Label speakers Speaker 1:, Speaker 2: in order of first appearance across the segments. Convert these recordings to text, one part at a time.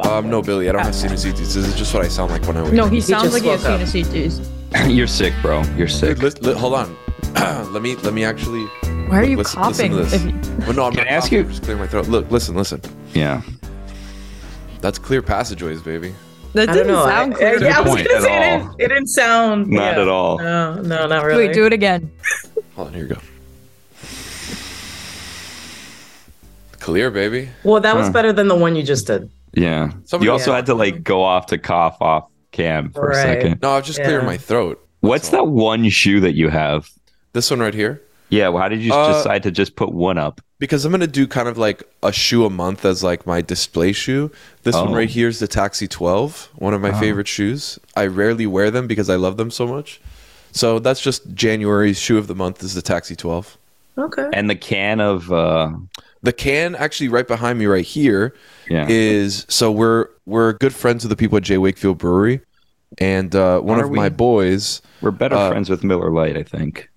Speaker 1: Um, no, Billy, I don't have sinusitis. This is just what I sound like when I wake
Speaker 2: No,
Speaker 1: up.
Speaker 2: he sounds
Speaker 3: just
Speaker 2: like he has
Speaker 3: woke up.
Speaker 2: sinusitis.
Speaker 4: You're sick, bro. You're sick.
Speaker 1: Dude, let, let, hold on. let me let me actually.
Speaker 2: Why are you
Speaker 1: listen,
Speaker 2: coughing?
Speaker 1: Listen to
Speaker 2: If-
Speaker 1: this. Well, no, I'm
Speaker 4: Can
Speaker 1: not
Speaker 4: I ask
Speaker 1: coughing,
Speaker 4: you-
Speaker 1: I'm just clearing my throat. Look, listen, listen.
Speaker 4: Yeah.
Speaker 1: That's clear passageways, baby.
Speaker 2: That
Speaker 3: I
Speaker 2: didn't
Speaker 3: don't know.
Speaker 2: sound
Speaker 3: I-
Speaker 2: clear.
Speaker 3: I, yeah, I was
Speaker 4: point
Speaker 3: gonna
Speaker 4: at
Speaker 3: say it
Speaker 4: all.
Speaker 3: didn't, it didn't sound.
Speaker 4: Not
Speaker 3: yeah.
Speaker 4: at all.
Speaker 3: No, no, not really.
Speaker 2: Wait, do it again.
Speaker 1: Hold on, here you go. Clear, baby.
Speaker 3: Well, that was
Speaker 4: Huh.
Speaker 3: better than the one you just did.
Speaker 4: Yeah.
Speaker 1: Somebody-
Speaker 4: you also had to like go off to cough off cam for
Speaker 3: Right.
Speaker 4: a second.
Speaker 1: No, I was just clearing
Speaker 3: Yeah.
Speaker 1: my throat.
Speaker 4: What's that one shoe that you have?
Speaker 1: This one right here.
Speaker 4: Yeah. Well, how did you
Speaker 1: Uh,
Speaker 4: decide to just put one up?
Speaker 1: Because I'm gonna do kind of like a shoe a month as like my display shoe. This one
Speaker 4: Oh.
Speaker 1: right here is the Taxi 12, one of my favorite shoes. I rarely wear them because I love them so much. So that's just January's shoe of the month is the Taxi 12.
Speaker 3: Okay.
Speaker 4: And the can of uh
Speaker 1: The can actually right behind me right here
Speaker 4: yeah.
Speaker 1: is so we're we're good friends with the people at J Wakefield Brewery, and uh, one
Speaker 4: Are
Speaker 1: of my
Speaker 4: we?
Speaker 1: boys.
Speaker 4: We're better
Speaker 1: uh,
Speaker 4: friends with Miller Lite, I think.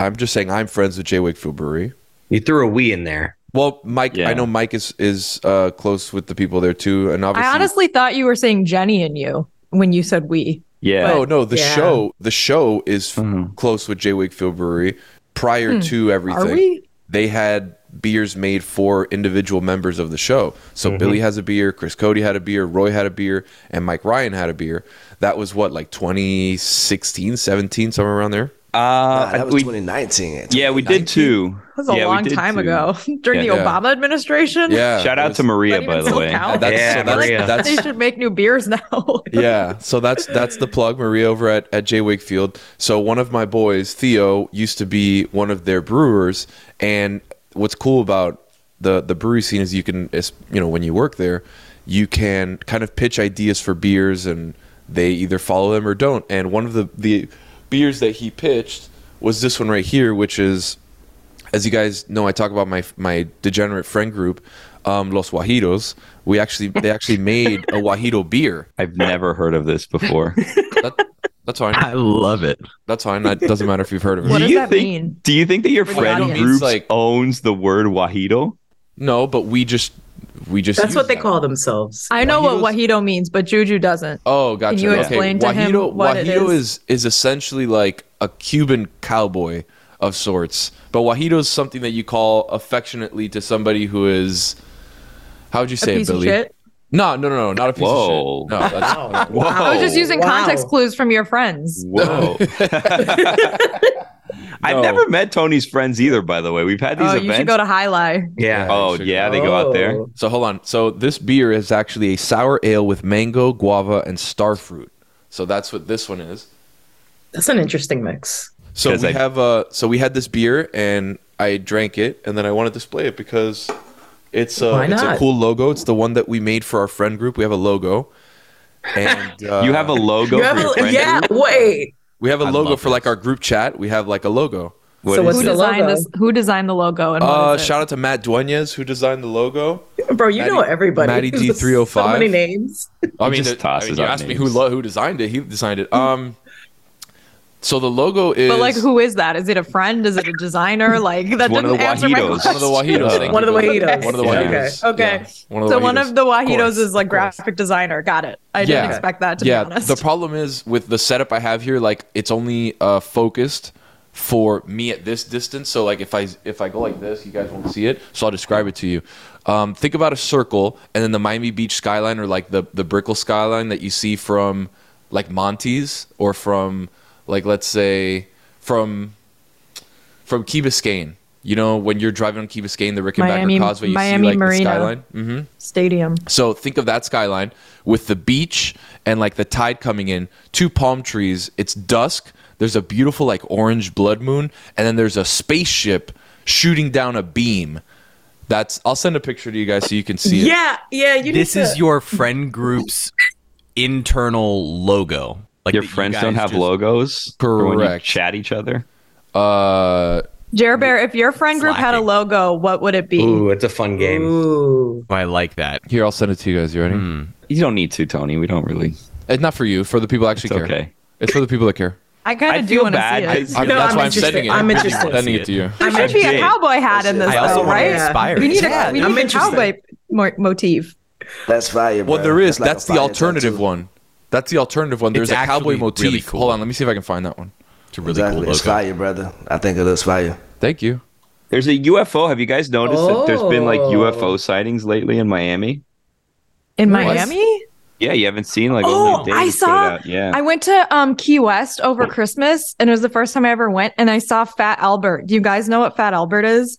Speaker 1: I'm just saying I'm friends with J Wakefield Brewery.
Speaker 5: You threw a we in there.
Speaker 1: Well, Mike,
Speaker 4: Yeah.
Speaker 1: I know Mike is is uh, close with the people there too, and obviously,
Speaker 2: I honestly thought you were saying Jenny and you when you said we.
Speaker 4: Yeah.
Speaker 1: no, Oh, no, the
Speaker 3: Yeah.
Speaker 1: show the show is f
Speaker 4: Mhm.
Speaker 1: close with J Wakefield Brewery. Prior to
Speaker 2: Hmm. Are
Speaker 1: everything,
Speaker 2: we?
Speaker 1: they had beers made for individual members of the show. So
Speaker 4: Mm-hmm.
Speaker 1: Billy has a beer, Chris Cody had a beer, Roy had a beer, and Mike Ryan had a beer. That was what like 2016, 17, somewhere around there.
Speaker 4: Uh,
Speaker 5: Ah, that was
Speaker 4: we,
Speaker 5: 2019. It's
Speaker 4: yeah, we did two.
Speaker 2: That was a
Speaker 4: Yeah, we
Speaker 2: long
Speaker 4: did
Speaker 2: time
Speaker 4: two.
Speaker 2: ago during
Speaker 4: Yeah,
Speaker 2: the
Speaker 1: yeah.
Speaker 2: Obama administration.
Speaker 1: Yeah.
Speaker 4: Shout
Speaker 1: it
Speaker 4: out
Speaker 1: was-
Speaker 4: to Maria,
Speaker 2: That
Speaker 4: by
Speaker 2: even
Speaker 4: the
Speaker 2: still
Speaker 4: way.
Speaker 2: counts?
Speaker 1: That's,
Speaker 5: Yeah,
Speaker 1: so that's,
Speaker 5: Maria.
Speaker 1: that's-
Speaker 2: they should make new beers now.
Speaker 1: yeah. So that's that's the plug, Maria over at, at Jay Wakefield. So one of my boys, Theo, used to be one of their brewers, and what's cool about the the brewery scene is you can is, you know when you work there, you can kind of pitch ideas for beers, and they either follow them or don't. And one of the the beers that he pitched was this one right here, which is as you guys know, I talk about my my degenerate friend group, um, Los Guajiros. We actually they actually made a Guajiro beer.
Speaker 4: I've never heard of this before.
Speaker 1: That, that's fine.
Speaker 6: love it.
Speaker 1: That's fine. That doesn't matter if you've heard of it.
Speaker 2: What
Speaker 4: do
Speaker 2: does
Speaker 4: you
Speaker 2: that
Speaker 4: think,
Speaker 2: mean?
Speaker 4: Do you think that your
Speaker 2: Wait,
Speaker 4: friend
Speaker 2: audience.
Speaker 4: group
Speaker 1: Like-
Speaker 4: owns the word Wahito?
Speaker 1: No, but we just we just
Speaker 3: That's
Speaker 1: use
Speaker 3: what they
Speaker 1: that.
Speaker 3: call themselves.
Speaker 2: I know what
Speaker 1: Wahido's-
Speaker 2: Wahito means, but Juju doesn't.
Speaker 1: Oh, gotcha.
Speaker 2: you explain to him what it
Speaker 1: Guajiro
Speaker 2: is?
Speaker 1: is is essentially like a Cuban cowboy of sorts, but Guajiro is something that you call affectionately to somebody who is. How would you
Speaker 2: A
Speaker 1: say
Speaker 2: piece
Speaker 1: it, Billy?
Speaker 2: of shit.
Speaker 1: No, no, no, no, not a piece of
Speaker 4: Whoa.
Speaker 1: shit. No, that's,
Speaker 4: Whoa.
Speaker 2: I was just using
Speaker 3: Oh, Wow.
Speaker 2: context clues from your friends.
Speaker 4: Whoa. I've
Speaker 1: No.
Speaker 4: never met Tony's friends either, by the way. We've had these
Speaker 2: Oh,
Speaker 4: events.
Speaker 2: you should go to High Lie.
Speaker 5: Yeah.
Speaker 4: oh,
Speaker 1: should
Speaker 4: yeah, they go out there.
Speaker 3: Oh.
Speaker 1: So hold on. So this beer is actually a sour ale with mango, guava, and starfruit. So that's what this one is.
Speaker 3: That's an interesting mix.
Speaker 1: So
Speaker 4: 'Cause
Speaker 1: we
Speaker 4: I-
Speaker 1: have uh so we had this beer and I drank it and then I want to display it because it's uh,
Speaker 3: Why
Speaker 1: it's a
Speaker 3: not?
Speaker 1: cool logo. It's the one that we made for our friend group. We have a logo. And uh,
Speaker 4: You have a logo
Speaker 3: You
Speaker 4: for
Speaker 3: have
Speaker 4: your
Speaker 3: a,
Speaker 4: friend
Speaker 3: yeah,
Speaker 4: group?
Speaker 3: wait.
Speaker 1: we have a
Speaker 4: I
Speaker 1: logo
Speaker 4: love
Speaker 1: for like
Speaker 4: this.
Speaker 1: our group chat. We have like a logo.
Speaker 4: What
Speaker 3: So
Speaker 4: is
Speaker 3: what's
Speaker 2: Who
Speaker 3: the
Speaker 4: it?
Speaker 2: designed
Speaker 3: logo?
Speaker 2: this? Who designed the logo? And what
Speaker 1: Uh,
Speaker 2: is it?
Speaker 1: shout out to Matt Duenas who designed the logo.
Speaker 3: Bro, you know
Speaker 1: Maddie-
Speaker 3: everybody.
Speaker 1: Maddie
Speaker 3: There's
Speaker 1: D305.
Speaker 3: So many names.
Speaker 1: I
Speaker 4: He
Speaker 1: mean,
Speaker 4: just
Speaker 1: the- I mean,
Speaker 4: tosses
Speaker 1: you
Speaker 4: out
Speaker 1: asked me who
Speaker 4: names.
Speaker 1: lo- who designed it. He designed it. Um, So the logo is
Speaker 2: But like, who is that? Is it a friend? Is it a designer? Like that
Speaker 4: One of
Speaker 2: doesn't
Speaker 4: the
Speaker 2: answer my
Speaker 4: Wahitos.
Speaker 1: one of the
Speaker 2: question.
Speaker 1: Wahitos. Thank
Speaker 3: One
Speaker 1: you,
Speaker 3: of the
Speaker 1: Bill.
Speaker 3: Wahitos.
Speaker 1: One of the
Speaker 3: Yeah.
Speaker 1: Wahitos.
Speaker 2: Okay. Okay.
Speaker 1: Yeah. One of the
Speaker 2: So one
Speaker 1: Wahitos.
Speaker 2: of the
Speaker 1: course,
Speaker 2: Wahitos is like
Speaker 1: of course.
Speaker 2: graphic designer. Got it. I didn't
Speaker 1: Yeah.
Speaker 2: expect that to
Speaker 1: yeah,
Speaker 2: be honest.
Speaker 1: the problem is with the setup I have here. Like it's only uh, focused for me at this distance. So like if I if I go like this, you guys won't see it. So I'll describe it to you. Um, think about a circle, and then the Miami Beach skyline, or like the the Brickell skyline that you see from like Monty's, or from like let's say from from Key Biscayne. You know when you're driving on Key Biscayne, the Rickenbacker
Speaker 2: Miami-
Speaker 1: Causeway, you
Speaker 2: Miami
Speaker 1: see like
Speaker 2: Marina.
Speaker 1: the skyline. hmm
Speaker 2: Stadium.
Speaker 1: so think of that skyline with the beach and like the tide coming in, two palm trees. It's dusk. There's a beautiful like orange blood moon, and then there's a spaceship shooting down a beam. That's. I'll send a picture to you guys so you can see it.
Speaker 3: Yeah, yeah. You
Speaker 6: This
Speaker 3: need
Speaker 6: is
Speaker 3: to-
Speaker 6: your friend group's internal logo. Like
Speaker 4: Your
Speaker 6: that you
Speaker 4: friends don't
Speaker 6: guys
Speaker 4: have
Speaker 6: just-
Speaker 4: logos. for when you
Speaker 1: Correct.
Speaker 4: chat each other.
Speaker 1: Uh,
Speaker 2: Jer Bear, if your friend group had a
Speaker 6: Slacking.
Speaker 2: logo, what would it be?
Speaker 5: Ooh, it's a fun game.
Speaker 3: Ooh.
Speaker 6: Oh, I like that. Hmm.
Speaker 1: here I'll send it to you guys. You ready?
Speaker 4: You don't need to, Tony. We don't really.
Speaker 1: And not for you, for the people who actually
Speaker 4: It's
Speaker 1: care.
Speaker 4: okay.
Speaker 1: It's for the people that care.
Speaker 2: I kind
Speaker 4: I
Speaker 2: of
Speaker 4: feel
Speaker 2: do want
Speaker 4: bad
Speaker 2: to see it.
Speaker 4: 'cause-
Speaker 1: I'm,
Speaker 3: No,
Speaker 1: that's
Speaker 3: I'm
Speaker 1: why
Speaker 3: interested.
Speaker 1: I'm sending it.
Speaker 3: I'm
Speaker 1: Busy
Speaker 3: interested.
Speaker 1: Sending it to you.
Speaker 2: There
Speaker 3: I'm
Speaker 2: should be a
Speaker 4: interested.
Speaker 2: cowboy hat in this,
Speaker 6: I also
Speaker 2: though,
Speaker 6: want to
Speaker 2: right?
Speaker 6: inspire.
Speaker 2: We need
Speaker 6: Yeah.
Speaker 2: a we
Speaker 3: I'm
Speaker 2: need a
Speaker 3: interested.
Speaker 2: cowboy mo- motif.
Speaker 7: That's fire.
Speaker 1: Well,
Speaker 7: bro.
Speaker 1: there is.
Speaker 7: like
Speaker 1: That's
Speaker 7: a
Speaker 1: the
Speaker 7: fire
Speaker 1: alternative
Speaker 7: tattoo.
Speaker 1: one. That's the alternative one. There's
Speaker 6: It's
Speaker 1: a cowboy
Speaker 6: actually
Speaker 1: motif.
Speaker 6: really cool.
Speaker 1: Hold on, let me see if I can find that one.
Speaker 6: It's a really
Speaker 7: Exactly.
Speaker 6: cool
Speaker 7: it's
Speaker 6: logo.
Speaker 7: fire, brother. I think it looks fire.
Speaker 1: Thank you.
Speaker 4: There's a UFO. Have you guys noticed that there's been like
Speaker 3: Oh.
Speaker 4: UFO sightings lately in Miami?
Speaker 2: In
Speaker 3: What?
Speaker 2: Miami?
Speaker 4: Yeah, you haven't seen like
Speaker 2: Oh,
Speaker 4: only Dave
Speaker 2: I
Speaker 4: put it
Speaker 2: saw-
Speaker 4: out. Yeah,
Speaker 2: I went to um, Key West over Christmas, and it was the first time I ever went, and I saw Fat Albert. Do you guys know what Fat Albert is?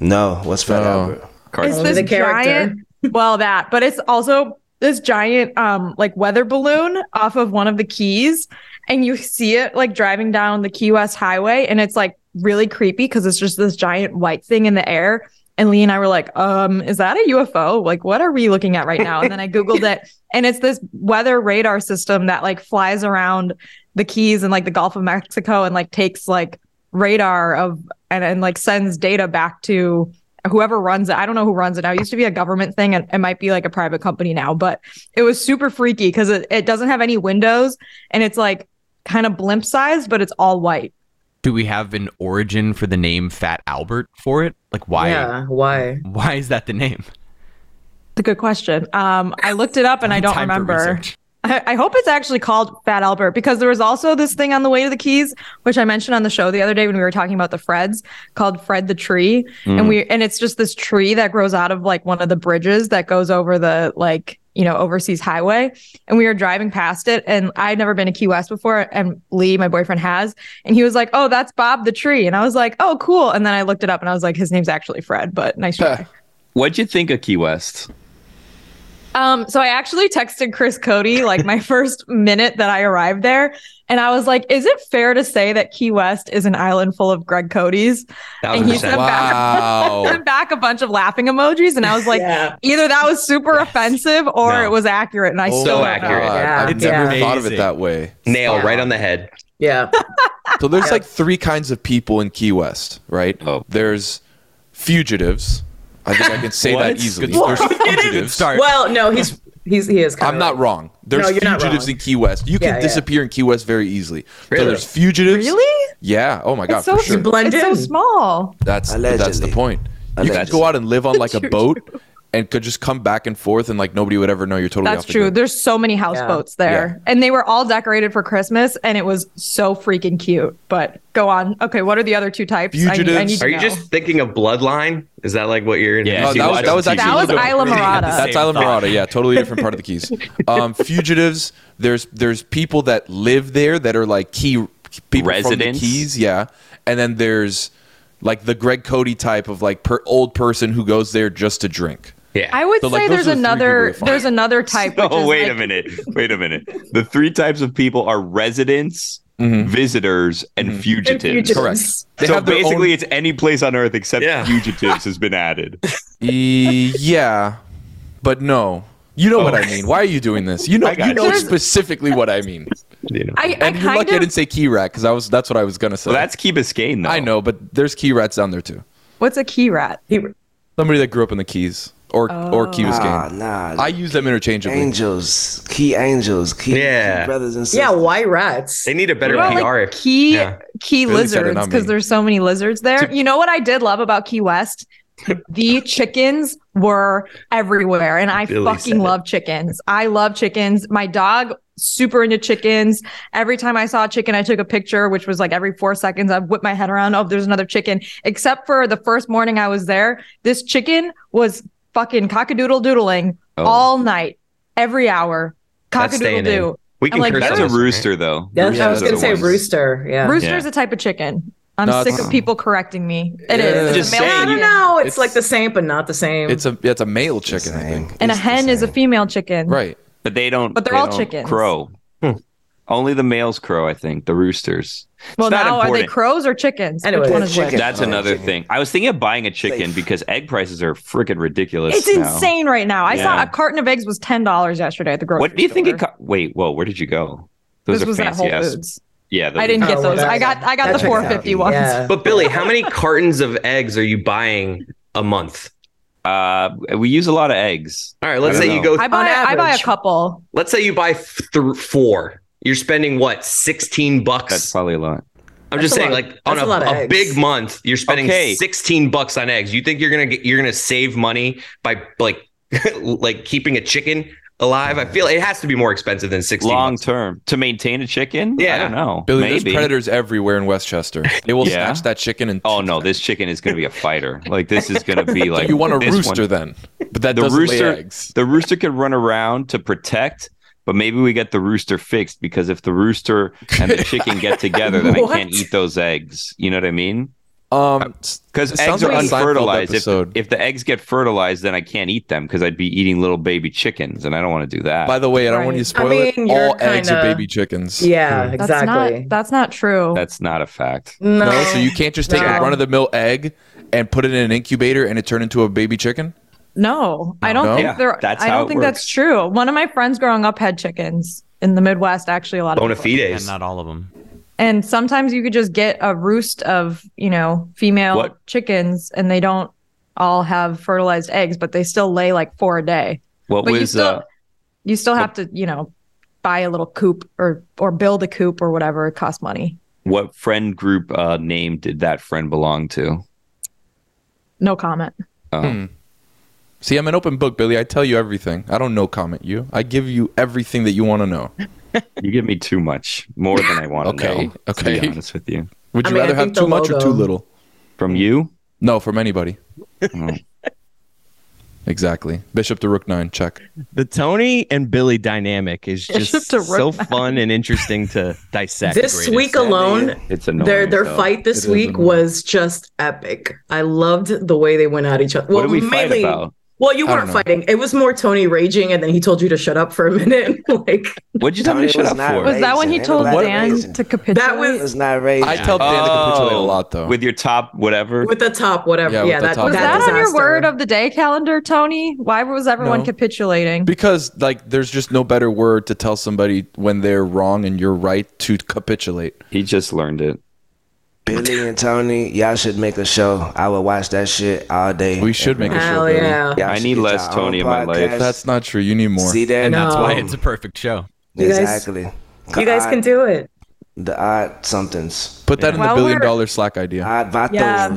Speaker 7: No, what's fat
Speaker 1: No.
Speaker 7: Albert?
Speaker 2: It's
Speaker 3: Only
Speaker 2: this
Speaker 3: the character.
Speaker 2: giant. Well, that, but it's also this giant um like weather balloon off of one of the keys, and you see it like driving down the Key West highway, and it's like really creepy because it's just this giant white thing in the air. And Lee and I were like, um, is that a UFO? Like, what are we looking at right now? And then I Googled it, and it's this weather radar system that like flies around the keys and like the Gulf of Mexico and like takes like radar of and, and like sends data back to whoever runs it. I don't know who runs it now. It used to be a government thing and it might be like a private company now, but it was super freaky because it, it doesn't have any windows and it's like kind of blimp sized, but it's all white.
Speaker 6: Do we have an origin for the name Fat Albert for it? Like why?
Speaker 3: Yeah. Why?
Speaker 6: Why is that the name?
Speaker 2: It's a good question. Um, I looked it up and I don't
Speaker 6: Time for
Speaker 2: remember.
Speaker 6: research.
Speaker 2: I, I hope it's actually called Fat Albert because there was also this thing on the way to the Keys, which I mentioned on the show the other day when we were talking about the Freds, called Fred the Tree,
Speaker 6: Hmm.
Speaker 2: and we and it's just this tree that grows out of like one of the bridges that goes over the like you know overseas highway, and we were driving past it, and I'd never been to Key West before, and Lee, my boyfriend, has, and he was like, "Oh, that's Bob the Tree," and I was like, "Oh, cool," and then I looked it up, and I was like, "His name's actually Fred," but nice try.
Speaker 4: What'd you think of Key West?
Speaker 2: Um, so I actually texted Chris Cody like my first minute that I arrived there, and I was like, "Is it fair to say that Key West is an island full of Greg Cody's?"
Speaker 5: Thousand
Speaker 2: And he
Speaker 5: percent.
Speaker 2: said-
Speaker 1: Wow.
Speaker 2: Sent back a bunch of laughing emojis, and I was like,
Speaker 3: Yeah.
Speaker 2: "Either that was super offensive, or
Speaker 6: No.
Speaker 2: it was accurate." And I
Speaker 1: Oh
Speaker 2: still
Speaker 1: my
Speaker 2: don't know.
Speaker 5: accurate.
Speaker 1: God,
Speaker 3: Yeah.
Speaker 1: I've
Speaker 3: It's
Speaker 1: never thought of it
Speaker 6: amazing.
Speaker 1: that way.
Speaker 5: Nail right on the head.
Speaker 3: Yeah.
Speaker 1: So there's like three kinds of people in Key West, right?
Speaker 4: Oh.
Speaker 1: There's fugitives. I think I can say
Speaker 4: What?
Speaker 1: that easily.
Speaker 6: Good start.
Speaker 1: There's fugitives.
Speaker 6: Start.
Speaker 3: Well, no, he's he's he is.
Speaker 1: I'm
Speaker 3: kinda
Speaker 1: not
Speaker 3: right.
Speaker 1: wrong. There's
Speaker 3: No, you're not
Speaker 1: fugitives
Speaker 3: wrong.
Speaker 1: in Key West. You can
Speaker 3: Yeah, yeah.
Speaker 1: disappear in Key West very easily. So
Speaker 5: Really?
Speaker 1: there's fugitives.
Speaker 2: Really?
Speaker 1: Yeah. Oh my god,
Speaker 2: It's so
Speaker 1: for sure.
Speaker 3: blend
Speaker 2: it's so
Speaker 3: in.
Speaker 2: small.
Speaker 1: That's that's the
Speaker 7: Allegedly.
Speaker 1: point. You could
Speaker 7: Allegedly.
Speaker 1: go out and live on like a boat and could just come back and forth and like nobody would ever know you're totally
Speaker 2: That's
Speaker 1: off the
Speaker 2: true.
Speaker 1: grid.
Speaker 2: There's so many houseboats there, and they were all decorated for Christmas, and it was so freaking cute. But go on. Okay, what are the other two types? I need, I
Speaker 1: Fugitives.
Speaker 2: need to
Speaker 5: Are you
Speaker 2: know.
Speaker 5: just thinking of Bloodline? Is that like what you're?
Speaker 4: Yeah.
Speaker 5: you
Speaker 1: Oh,
Speaker 5: see
Speaker 1: that was,
Speaker 5: Watch
Speaker 1: that was
Speaker 5: on
Speaker 1: actually
Speaker 5: TV?
Speaker 2: That was
Speaker 1: really
Speaker 2: Isla
Speaker 1: different.
Speaker 2: Morada.
Speaker 1: That's
Speaker 6: Same
Speaker 1: Isla
Speaker 6: thought.
Speaker 1: Morada. Yeah, totally different part of the Keys. Um, fugitives. There's there's people that live there that are like key people
Speaker 4: Residents?
Speaker 1: from the Keys. Yeah, and then there's like the Greg Cody type of like per, old person who goes there just to drink.
Speaker 5: Yeah.
Speaker 2: I would
Speaker 1: So,
Speaker 2: say
Speaker 1: like, those
Speaker 2: there's
Speaker 1: are the three people
Speaker 2: another
Speaker 1: that fall.
Speaker 2: there's another type. which
Speaker 4: Oh,
Speaker 2: is,
Speaker 4: wait
Speaker 2: like-
Speaker 4: a minute. Wait a minute. The three types of people are residents, visitors, and
Speaker 3: And
Speaker 4: fugitives.
Speaker 3: fugitives.
Speaker 1: Correct. They
Speaker 4: So
Speaker 1: have their own-
Speaker 4: basically, it's any place on earth except
Speaker 5: Yeah.
Speaker 4: fugitives has been added.
Speaker 1: E- yeah, but no. You know what I mean. Why are you doing this? You know,
Speaker 4: got
Speaker 1: you know
Speaker 4: you.
Speaker 1: specifically what I mean.
Speaker 5: You know.
Speaker 2: I, I
Speaker 1: And you're lucky I
Speaker 2: kind
Speaker 1: didn't
Speaker 2: of
Speaker 1: say key rat because I was that's what I was gonna say.
Speaker 4: Well, that's Key Biscayne, though.
Speaker 1: I know, but there's key rats down there too.
Speaker 2: what's a key rat?
Speaker 3: He,
Speaker 1: Somebody that grew up in the Keys or or
Speaker 2: Oh.
Speaker 1: Key
Speaker 7: Nah,
Speaker 1: Biscayne.
Speaker 7: Ah, nah.
Speaker 1: I use them interchangeably.
Speaker 7: angels, key angels, key,
Speaker 5: Yeah.
Speaker 7: key brothers and sisters.
Speaker 3: Yeah, white rats.
Speaker 5: They need a better
Speaker 2: What about,
Speaker 5: PR.
Speaker 2: like,
Speaker 5: if-
Speaker 2: key
Speaker 5: yeah.
Speaker 2: key
Speaker 1: Billy said
Speaker 2: lizards
Speaker 1: it, not
Speaker 2: because
Speaker 1: me.
Speaker 2: there's so many lizards there. You know what I did love about Key West? the chickens were everywhere, and I
Speaker 5: Billy said
Speaker 2: fucking
Speaker 5: it.
Speaker 2: love chickens. I love chickens. My dog super into chickens. Every time I saw a chicken, I took a picture, which was like every four seconds. I whipped my head around. Oh, there's another chicken. Except for the first morning I was there, this chicken was fucking cockadoodle doodling
Speaker 4: Oh.
Speaker 2: all night, every hour.
Speaker 5: That's
Speaker 2: Cockadoodle
Speaker 5: staying in.
Speaker 2: doo.
Speaker 5: we can
Speaker 2: like,
Speaker 5: curse
Speaker 4: That's
Speaker 5: on
Speaker 4: a
Speaker 5: this one,
Speaker 4: rooster, though.
Speaker 3: Yeah, I
Speaker 1: Roosters
Speaker 3: was
Speaker 1: are
Speaker 3: gonna
Speaker 1: the
Speaker 3: say
Speaker 1: ones.
Speaker 3: rooster. Yeah.
Speaker 2: Rooster's
Speaker 4: Yeah.
Speaker 2: a type of chicken. I'm
Speaker 1: No,
Speaker 2: sick
Speaker 1: it's-
Speaker 2: of people correcting me. It is.
Speaker 1: Yeah.
Speaker 2: It's
Speaker 5: Just
Speaker 2: a male
Speaker 5: saying.
Speaker 3: I
Speaker 2: chicken.
Speaker 3: don't know. It's,
Speaker 1: It's-
Speaker 3: like the same, but not the same.
Speaker 1: It's a it's a male chicken, I
Speaker 7: Same.
Speaker 1: think.
Speaker 2: And a
Speaker 7: It's the
Speaker 2: hen is a
Speaker 7: same.
Speaker 2: female chicken.
Speaker 1: Right.
Speaker 4: But they don't.
Speaker 2: But they're
Speaker 4: they
Speaker 2: all
Speaker 4: don't
Speaker 2: chickens.
Speaker 4: Crow.
Speaker 7: Hmm.
Speaker 4: Only the males crow, I think. The roosters. It's
Speaker 2: Well,
Speaker 4: not
Speaker 2: now are they
Speaker 4: important.
Speaker 2: crows or chickens?
Speaker 3: Anyway,
Speaker 2: Which one is
Speaker 7: chicken.
Speaker 2: which?
Speaker 4: That's
Speaker 7: Oh,
Speaker 4: another
Speaker 7: chicken.
Speaker 4: thing. I was thinking of buying a chicken
Speaker 7: Safe.
Speaker 4: because egg prices are freaking ridiculous.
Speaker 2: It's
Speaker 4: now.
Speaker 2: insane right now. I saw
Speaker 4: Yeah.
Speaker 2: a carton of eggs was ten dollars yesterday at the grocery.
Speaker 4: What do you think
Speaker 2: store.
Speaker 4: it? Co- Wait, whoa, where did you go? Those
Speaker 2: This
Speaker 4: are
Speaker 2: was at
Speaker 4: fancy
Speaker 2: Whole
Speaker 4: ass-
Speaker 2: Foods.
Speaker 4: Yeah, those
Speaker 2: I
Speaker 4: are
Speaker 2: didn't get
Speaker 3: Oh,
Speaker 2: those.
Speaker 3: whatever.
Speaker 2: I got I got
Speaker 3: That
Speaker 2: the
Speaker 3: checks
Speaker 2: four fifty
Speaker 7: out.
Speaker 2: ones.
Speaker 3: yeah.
Speaker 5: But Billy, how many cartons of eggs are you buying a month?
Speaker 4: Uh, we use a lot of eggs.
Speaker 5: All right, let's
Speaker 4: I
Speaker 5: say
Speaker 4: don't
Speaker 5: you
Speaker 4: know.
Speaker 5: go.
Speaker 2: I buy
Speaker 3: On
Speaker 2: I buy a
Speaker 3: average.
Speaker 2: couple.
Speaker 5: let's say you buy f- th- four. You're spending what sixteen
Speaker 4: That's
Speaker 5: bucks.
Speaker 4: probably a lot.
Speaker 5: I'm just
Speaker 3: that's
Speaker 5: saying,
Speaker 3: a lot-
Speaker 5: like on
Speaker 3: that's
Speaker 5: a,
Speaker 3: a lot of
Speaker 5: a
Speaker 3: eggs.
Speaker 5: big month, you're spending
Speaker 4: Okay.
Speaker 5: sixteen bucks on eggs. You think you're gonna get you're gonna save money by like like keeping a chicken alive? I feel it has to be more expensive than sixteen.
Speaker 4: Long
Speaker 5: bucks.
Speaker 4: term to maintain a chicken. I
Speaker 5: Yeah.
Speaker 4: don't know.
Speaker 1: Billy,
Speaker 4: Maybe.
Speaker 1: there's predators everywhere in Westchester. They will
Speaker 4: Yeah.
Speaker 1: snatch that chicken and
Speaker 4: Oh no, this chicken is going to be a fighter. Like this is going to be like
Speaker 1: you want a
Speaker 4: this
Speaker 1: rooster
Speaker 4: one-
Speaker 1: then. But that
Speaker 4: The
Speaker 1: doesn't
Speaker 4: rooster-
Speaker 1: lay eggs.
Speaker 4: The rooster could run around to protect, but maybe we get the rooster fixed because if the rooster and the chicken get together, then I can't eat those eggs. You know what I mean?
Speaker 1: Um
Speaker 4: Because
Speaker 1: It
Speaker 4: eggs
Speaker 1: sounds
Speaker 4: are
Speaker 1: like a Seinfeld
Speaker 4: unfertilized. If,
Speaker 1: episode.
Speaker 4: if the eggs get fertilized, then I can't eat them because I'd be eating little baby chickens, and I don't want to do that.
Speaker 1: by the way, I don't want you to
Speaker 3: Right. I
Speaker 1: spoil
Speaker 3: mean,
Speaker 1: it. All
Speaker 3: you're
Speaker 1: eggs are
Speaker 3: kinda-
Speaker 1: baby chickens.
Speaker 3: Yeah,
Speaker 2: Hmm.
Speaker 4: Hmm.
Speaker 2: That's
Speaker 3: exactly.
Speaker 2: not that's not true.
Speaker 4: That's not a fact.
Speaker 3: no.
Speaker 1: No, so you can't just take a
Speaker 3: No.
Speaker 1: run of the mill egg and put it in an incubator and it turn into a baby chicken?
Speaker 2: No, I don't
Speaker 1: No?
Speaker 2: think
Speaker 4: Yeah,
Speaker 2: they're.
Speaker 4: that's
Speaker 2: I
Speaker 4: how
Speaker 2: don't
Speaker 4: it
Speaker 2: think that's
Speaker 4: works.
Speaker 2: true. One of my friends growing up had chickens in the Midwest. Actually, a lot of
Speaker 5: bona
Speaker 2: people-
Speaker 6: Yeah,
Speaker 5: fides.
Speaker 6: not all of them.
Speaker 2: And sometimes you could just get a roost of you know female
Speaker 4: What?
Speaker 2: chickens, and they don't all have fertilized eggs, but they still lay like four a day.
Speaker 4: What
Speaker 2: But you
Speaker 4: was
Speaker 2: still-
Speaker 4: uh,
Speaker 2: You still have to you know buy a little coop or or build a coop or whatever. It costs money.
Speaker 4: what friend group uh, name did that friend belong to?
Speaker 2: No comment.
Speaker 4: Oh.
Speaker 1: Hmm. See, I'm an open book, Billy. I tell you everything. I don't no comment you. I give you everything that you want to know.
Speaker 4: You give me too much, more than I want to
Speaker 1: Okay,
Speaker 4: know.
Speaker 1: okay.
Speaker 4: To be honest with you,
Speaker 1: Would
Speaker 3: I
Speaker 1: you
Speaker 3: mean, I
Speaker 1: rather have
Speaker 3: think the
Speaker 1: too much or
Speaker 3: logo-
Speaker 1: too little?
Speaker 4: from you,
Speaker 1: No, from anybody.
Speaker 4: Oh.
Speaker 1: exactly. Bishop to rook nine. Check.
Speaker 8: The Tony and Billy dynamic is just
Speaker 2: Bishop to
Speaker 8: so
Speaker 2: Rookman.
Speaker 8: fun and interesting to dissect.
Speaker 3: This
Speaker 8: Great.
Speaker 3: week alone,
Speaker 4: it's annoying.
Speaker 3: their their
Speaker 4: so.
Speaker 3: fight
Speaker 1: It
Speaker 3: this
Speaker 1: is
Speaker 3: week
Speaker 1: annoying.
Speaker 3: was just epic. I loved the way they went at each other.
Speaker 4: What
Speaker 3: Well,
Speaker 4: did we fight
Speaker 3: mainly,
Speaker 4: about?
Speaker 3: Well, you
Speaker 1: I don't
Speaker 3: weren't
Speaker 1: know.
Speaker 3: fighting. It was more Tony raging, and then he told you to shut up for a minute. like
Speaker 4: What'd you tell me
Speaker 7: Tony
Speaker 4: to shut
Speaker 7: was
Speaker 4: up
Speaker 7: not
Speaker 4: for?
Speaker 2: Was that when he
Speaker 7: Amazing.
Speaker 2: told
Speaker 7: What-
Speaker 2: Dan to capitulate?
Speaker 3: was-
Speaker 7: It's not raised.
Speaker 1: I tell Dan to capitulate a lot, though.
Speaker 4: Oh, With your top, whatever.
Speaker 3: with the top, whatever.
Speaker 1: Yeah,
Speaker 3: Yeah,
Speaker 1: with the
Speaker 3: that,
Speaker 1: top.
Speaker 2: was that, on your
Speaker 3: disaster.
Speaker 2: word of the day calendar, Tony? Why was everyone
Speaker 1: No.
Speaker 2: capitulating?
Speaker 1: because like, there's just no better word to tell somebody when they're wrong and you're right to capitulate.
Speaker 4: he just learned it.
Speaker 7: Billy and Tony, y'all should make a show. I would watch that shit all day.
Speaker 1: We should make a show.
Speaker 3: Hell
Speaker 1: Billy.
Speaker 3: yeah!
Speaker 7: Y'all
Speaker 4: I
Speaker 7: should
Speaker 4: need
Speaker 7: get
Speaker 4: less
Speaker 7: y'all
Speaker 4: Tony
Speaker 7: own
Speaker 4: in my life.
Speaker 7: podcast.
Speaker 1: That's not true. You need more.
Speaker 7: see that.
Speaker 3: No.
Speaker 6: That's why it's a perfect show.
Speaker 3: You guys-
Speaker 7: exactly.
Speaker 3: You guys can do it.
Speaker 7: the odd somethings,
Speaker 1: Put that in
Speaker 2: Well,
Speaker 1: the billion
Speaker 2: we're-
Speaker 1: dollar Slack idea.
Speaker 7: odd vatos.
Speaker 2: Yeah.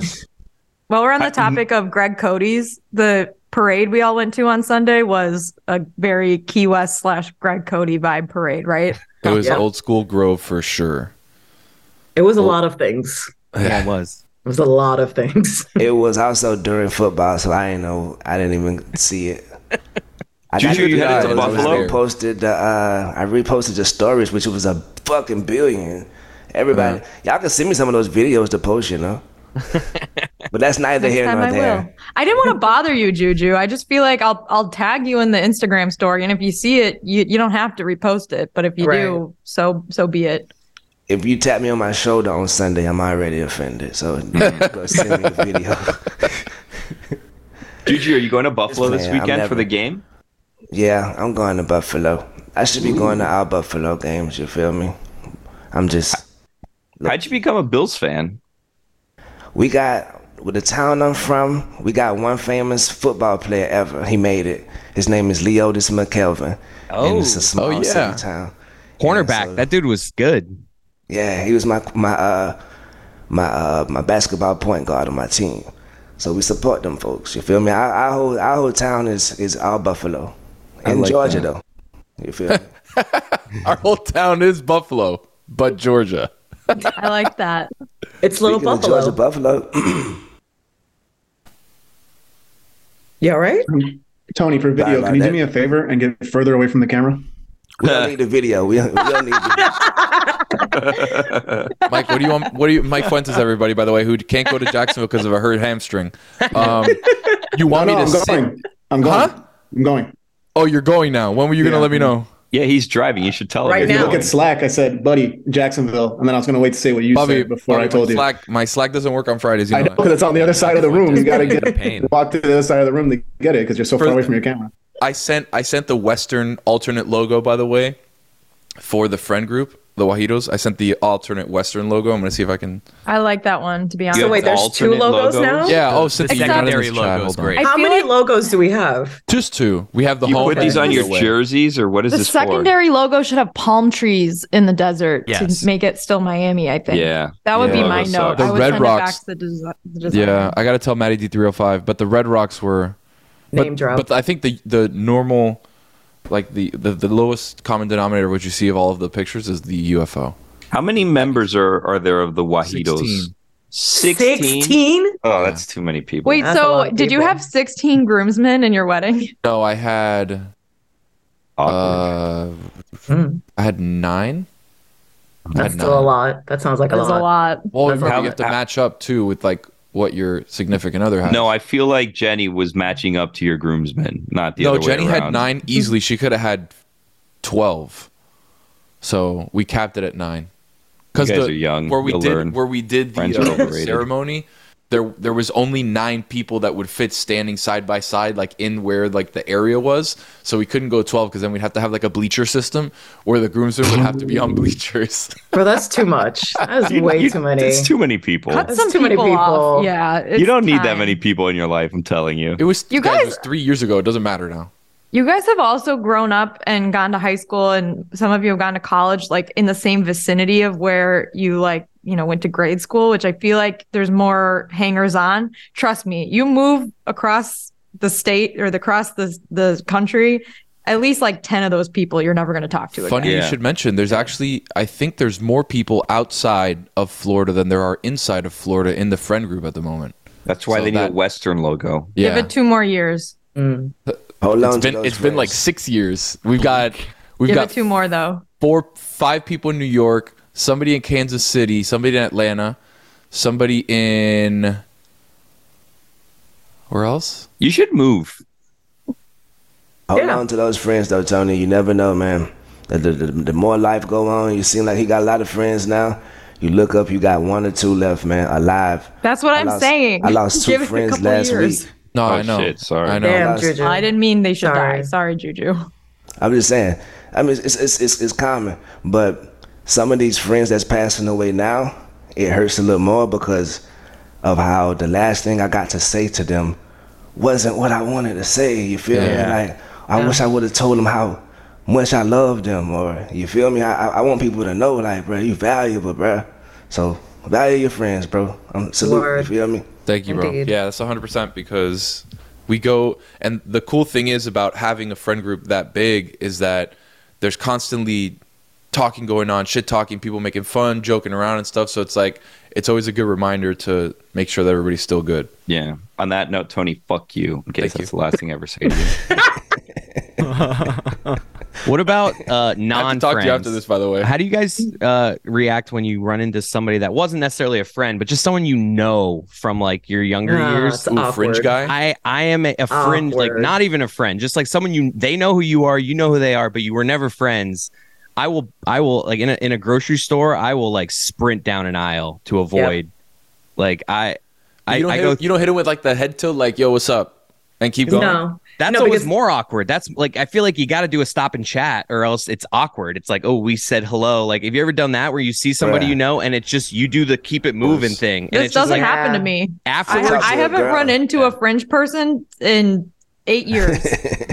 Speaker 2: Well, we're on the topic of Greg Cody's. The parade we all went to on Sunday was a very Key West slash Greg Cody vibe parade, right?
Speaker 1: It was
Speaker 3: Yeah.
Speaker 1: old school Grove for sure.
Speaker 3: It was a lot of things.
Speaker 8: Yeah, it was.
Speaker 3: It was a lot of things.
Speaker 7: It was also during football, so I didn't know. I didn't even see it. I
Speaker 4: Juju,
Speaker 7: got
Speaker 4: you headed
Speaker 1: to
Speaker 7: the- I was
Speaker 1: Buffalo?
Speaker 7: Reposted the, uh, I reposted the stories, which was a fucking billion. Everybody,
Speaker 1: Uh-huh.
Speaker 7: y'all can send me some of those videos to post, you know. but that's neither here
Speaker 2: Time
Speaker 7: nor
Speaker 2: I will.
Speaker 7: there.
Speaker 2: I didn't want to bother you, Juju. I just feel like I'll I'll tag you in the Instagram story, and if you see it, you you don't have to repost it. But if you
Speaker 3: Right.
Speaker 2: do, so so be it.
Speaker 7: If you tap me on my shoulder on Sunday, I'm already offended. So go send me the video.
Speaker 4: Juju, are you going to Buffalo this
Speaker 7: man, I'm
Speaker 4: weekend for
Speaker 7: never-
Speaker 4: the game?
Speaker 7: yeah, I'm going to Buffalo. I should be going to our Buffalo games. You feel me? I'm just.
Speaker 4: How'd you become a Bills fan?
Speaker 7: We got with the town I'm from, we got one famous football player ever. He made it. His name is Leodis McKelvin. and it's a small city town.
Speaker 8: Cornerback. that dude was good.
Speaker 7: Yeah, he was my my uh my uh my basketball point guard on my team. So we support them folks. You feel me? Our, our whole our whole town is is all Buffalo.
Speaker 1: I
Speaker 7: In
Speaker 1: like
Speaker 7: Georgia
Speaker 1: that.
Speaker 7: though. You feel me?
Speaker 1: Our whole town is Buffalo, but Georgia.
Speaker 2: I like that.
Speaker 3: It's little
Speaker 7: Speaking of
Speaker 3: Buffalo.
Speaker 7: Georgia Buffalo.
Speaker 3: Yeah, right?
Speaker 9: Um, Tony, for video,
Speaker 7: Bye,
Speaker 9: can you
Speaker 7: bye,
Speaker 9: do me a favor and get further away from the camera?
Speaker 7: we don't need the video. We don't, we don't need
Speaker 1: Mike, what do you want? What do you, Mike Fuentes, everybody, by the way, who can't go to Jacksonville because of a hurt hamstring. Um, you want
Speaker 9: No,
Speaker 1: me
Speaker 9: no, I'm
Speaker 1: to sit-
Speaker 9: going. I'm going. I'm going.
Speaker 1: Oh, you're going now. When were you going to
Speaker 9: Yeah.
Speaker 1: let me know?
Speaker 4: Yeah, he's driving. You should tell
Speaker 9: if
Speaker 4: him.
Speaker 9: you look at Slack, I said, buddy, Jacksonville. And then I was going to wait to say what you
Speaker 1: Bobby,
Speaker 9: said before
Speaker 1: Bobby,
Speaker 9: I told
Speaker 1: my
Speaker 9: you.
Speaker 1: Slack, my Slack doesn't work on Fridays. You
Speaker 9: I
Speaker 1: know
Speaker 9: know because it's on the other side of the room. You got to
Speaker 1: that.
Speaker 9: get
Speaker 1: pain.
Speaker 9: walk to the other side of the room to get it because you're so
Speaker 1: For-
Speaker 9: far away from your camera.
Speaker 1: I sent I sent the Western alternate logo by the way for the friend group, the Wahitos. I sent the alternate Western logo. I'm gonna see if I can.
Speaker 2: I like that one, to be honest.
Speaker 1: have
Speaker 3: wait, there's two alternate logos logos? now?
Speaker 1: Yeah. Oh,
Speaker 3: The
Speaker 1: since you got in
Speaker 6: secondary
Speaker 1: this chat,
Speaker 6: logo's
Speaker 1: hold on.
Speaker 6: great.
Speaker 3: How many logos do we have?
Speaker 1: Just two. We have the
Speaker 4: You
Speaker 1: home.
Speaker 4: put these
Speaker 1: and
Speaker 4: on your
Speaker 1: the away.
Speaker 4: jerseys, or what is
Speaker 2: the
Speaker 4: this
Speaker 2: secondary logo should have palm trees in the desert
Speaker 1: Yes.
Speaker 2: to make it still Miami. I
Speaker 4: for?
Speaker 2: think.
Speaker 4: Yeah,
Speaker 2: that would be
Speaker 4: Yeah.
Speaker 2: my
Speaker 4: Logo
Speaker 2: note.
Speaker 4: sucks.
Speaker 2: I
Speaker 1: The
Speaker 2: would
Speaker 1: Red
Speaker 2: send
Speaker 1: Rocks-
Speaker 2: it back to the, desi- the designer.
Speaker 1: Yeah, I gotta tell Maddie D three hundred five, but the Red Rocks were but,
Speaker 3: Name drop.
Speaker 1: But I think the the normal, like the, the the lowest common denominator what you see of all of the pictures is the UFO.
Speaker 4: How many members are are there of the Wahidos? 16?
Speaker 3: 16?
Speaker 4: Oh, that's too many people.
Speaker 2: Wait,
Speaker 3: That's a lot
Speaker 2: so
Speaker 3: of
Speaker 2: did you
Speaker 3: people.
Speaker 2: have 16 groomsmen in your wedding?
Speaker 1: No, I had. Uh, I had nine. I
Speaker 3: Hmm. That's
Speaker 1: had
Speaker 3: still a lot. That sounds like a
Speaker 2: That's
Speaker 3: lot.
Speaker 2: a lot.
Speaker 1: Well,
Speaker 3: That's
Speaker 1: remember,
Speaker 3: a
Speaker 1: you
Speaker 3: lot.
Speaker 1: have to match up too with like what your significant other has.
Speaker 4: No, I feel like Jenny was matching up to your groomsmen, not the
Speaker 1: no,
Speaker 4: other way
Speaker 1: Jenny had
Speaker 4: around.
Speaker 1: nine easily. She could have had twelve. So we capped it at nine.
Speaker 4: You guys are young.
Speaker 1: Where we
Speaker 4: You'll
Speaker 1: did
Speaker 4: learn.
Speaker 1: where we did the
Speaker 4: Friends are
Speaker 1: uh,
Speaker 4: overrated.
Speaker 1: ceremony, there there was only nine people that would fit standing side by side, like in where like the area was. So we couldn't go twelve because then we'd have to have like a bleacher system where the groomsmen would have to be on bleachers.
Speaker 3: Bro, that's too much. That is
Speaker 4: You-
Speaker 3: way
Speaker 4: you-
Speaker 3: too many.
Speaker 4: It's too many people.
Speaker 2: Cut
Speaker 3: That's
Speaker 2: some
Speaker 3: too
Speaker 2: people,
Speaker 3: many people.
Speaker 2: off. Yeah, it's
Speaker 4: you don't need that
Speaker 2: time.
Speaker 4: many people in your life. I'm telling you.
Speaker 1: It was
Speaker 2: You
Speaker 1: it
Speaker 2: guys-
Speaker 1: was three years ago. It doesn't matter now.
Speaker 2: You guys have also grown up and gone to high school, and some of you have gone to college, like in the same vicinity of where you like, you know, went to grade school. Which I feel like there's more hangers on. Trust me, you move across the state or the, across the the country, at least like ten of those people you're never going to talk to again.
Speaker 1: Funny you
Speaker 4: Yeah.
Speaker 1: should mention. There's actually, I think there's more people outside of Florida than there are inside of Florida in the friend group at the moment.
Speaker 4: That's why
Speaker 1: So
Speaker 4: they need
Speaker 1: that-
Speaker 4: a Western logo.
Speaker 1: Yeah,
Speaker 2: Give it two more years.
Speaker 3: Mm.
Speaker 7: Hold on
Speaker 1: it's
Speaker 7: to
Speaker 1: been
Speaker 7: those
Speaker 1: it's been like
Speaker 7: friends.
Speaker 1: six years. We've got we've
Speaker 2: Give
Speaker 1: got
Speaker 2: it two more though.
Speaker 1: four five people in New York, somebody in Kansas City, somebody in Atlanta, somebody in where else?
Speaker 4: You should move.
Speaker 7: Hold
Speaker 3: Yeah.
Speaker 7: on to those friends though, Tony. You never know, man. The, the, the, the more life go on, you seem like he got a lot of friends now. You look up, you got one or two left, man, alive.
Speaker 2: That's what
Speaker 7: I
Speaker 2: I'm
Speaker 7: lost-
Speaker 2: saying.
Speaker 7: I lost two
Speaker 2: Give it a
Speaker 7: friends
Speaker 2: couple
Speaker 7: last
Speaker 2: years.
Speaker 7: week.
Speaker 1: No,
Speaker 4: Oh,
Speaker 1: I know.
Speaker 4: shit, sorry.
Speaker 1: I know.
Speaker 3: Damn,
Speaker 7: That's-
Speaker 3: Juju.
Speaker 2: I didn't mean they should
Speaker 3: Sorry.
Speaker 2: die. Sorry, Juju.
Speaker 7: I'm just saying. I mean, it's it's, it's it's common, but some of these friends that's passing away now, it hurts a little more because of how the last thing I got to say to them wasn't what I wanted to say. You feel me? Like I wish I would have told them how much I love them, or you feel me? I I I want people to know, like, bro, you valuable, bro. So value your friends, bro. I'm salute.
Speaker 3: Word.
Speaker 7: You feel me?
Speaker 1: Thank you, bro.
Speaker 3: Indeed.
Speaker 1: Yeah, that's 100% because we go and the cool thing is about having a friend group that big is that there's constantly talking going on, shit talking, people making fun, joking around and stuff, so it's like it's always a good reminder to make sure that everybody's still good.
Speaker 4: Yeah. On that note, Tony, fuck you. In case
Speaker 1: Thank you.
Speaker 4: that's the last thing I ever say to you.
Speaker 8: What about uh,
Speaker 1: I have
Speaker 8: non
Speaker 1: to talk to you after this by the way.
Speaker 8: How do you guys uh, react when you run into somebody that wasn't necessarily a friend, but just someone you know from like your younger
Speaker 3: Ah, it's
Speaker 8: years?
Speaker 1: Ooh, fringe
Speaker 3: awkward.
Speaker 1: guy?
Speaker 8: I I am a, a friend, like
Speaker 3: Awkward.
Speaker 8: not even a friend, just like someone you they know who you are, you know who they are, but you were never friends. I will I will like in a in a grocery store, I will like sprint down an aisle to avoid like I I,
Speaker 1: you don't
Speaker 8: I
Speaker 1: hit,
Speaker 8: go
Speaker 1: you don't hit him with like the head tilt like, "Yo, what's up?" and keep
Speaker 2: No.
Speaker 1: going.
Speaker 8: That's
Speaker 2: No,
Speaker 8: always
Speaker 2: because-
Speaker 8: more awkward. That's like I feel like you got to do a stop and chat, or else it's awkward. It's like, oh, we said hello. Like, have you ever done that where you see somebody
Speaker 7: Bruh.
Speaker 8: you know and it's just you do the keep it moving thing? And
Speaker 2: This
Speaker 8: it's just
Speaker 2: doesn't
Speaker 8: like,
Speaker 2: happen to me. I,
Speaker 8: Afterwards,
Speaker 2: have, I haven't run into a fringe person in eight years.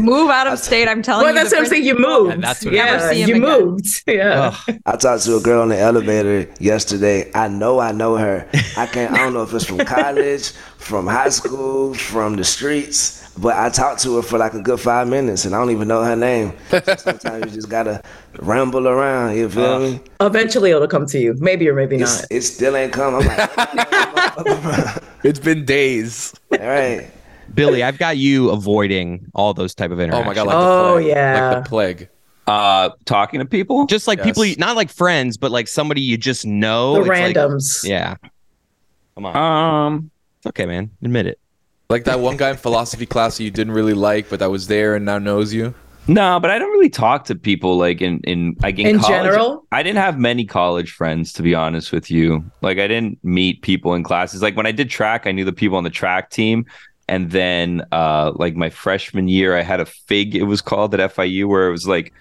Speaker 2: Move out of state. I'm telling
Speaker 3: Well,
Speaker 2: you.
Speaker 3: that's
Speaker 2: the
Speaker 3: what I'm
Speaker 2: fringe
Speaker 3: saying. You
Speaker 2: people-
Speaker 3: moved.
Speaker 7: that's what it
Speaker 3: yeah,
Speaker 2: Never see him
Speaker 3: you
Speaker 2: again.
Speaker 3: moved. Yeah.
Speaker 7: I talked to a girl in the elevator yesterday. I know I know her. I can't I don't know if it's from college, from high school, from the streets, but I talked to her for like a good five minutes and I don't even know her name. So sometimes you just gotta ramble around, you feel me?
Speaker 3: Eventually, it'll come to you. Maybe or maybe
Speaker 7: It's-
Speaker 3: not.
Speaker 7: It still ain't come. I'm like,
Speaker 1: it's been days.
Speaker 7: All right.
Speaker 8: Billy, I've got you avoiding all those type of interactions.
Speaker 1: God, like the Oh, plague. yeah. Like the plague.
Speaker 8: Uh, talking to people, just like
Speaker 1: Yes.
Speaker 8: people, you- not like friends, but like somebody you just know.
Speaker 3: The
Speaker 8: It's like-
Speaker 3: randoms.
Speaker 8: yeah. Come
Speaker 1: Uh,
Speaker 8: on. Um, it's okay, man. Admit it.
Speaker 1: Like that one guy in philosophy class that you didn't really like, but that was there and now knows you.
Speaker 4: No, but I don't really talk to people like in in like in,
Speaker 1: In
Speaker 4: college.
Speaker 1: general?
Speaker 4: I didn't have many college friends to be honest with you. Like I didn't meet people in classes. Like when I did track, I knew the people on the track team. And then uh like my freshman year, I had a fig it was called at FIU where it was like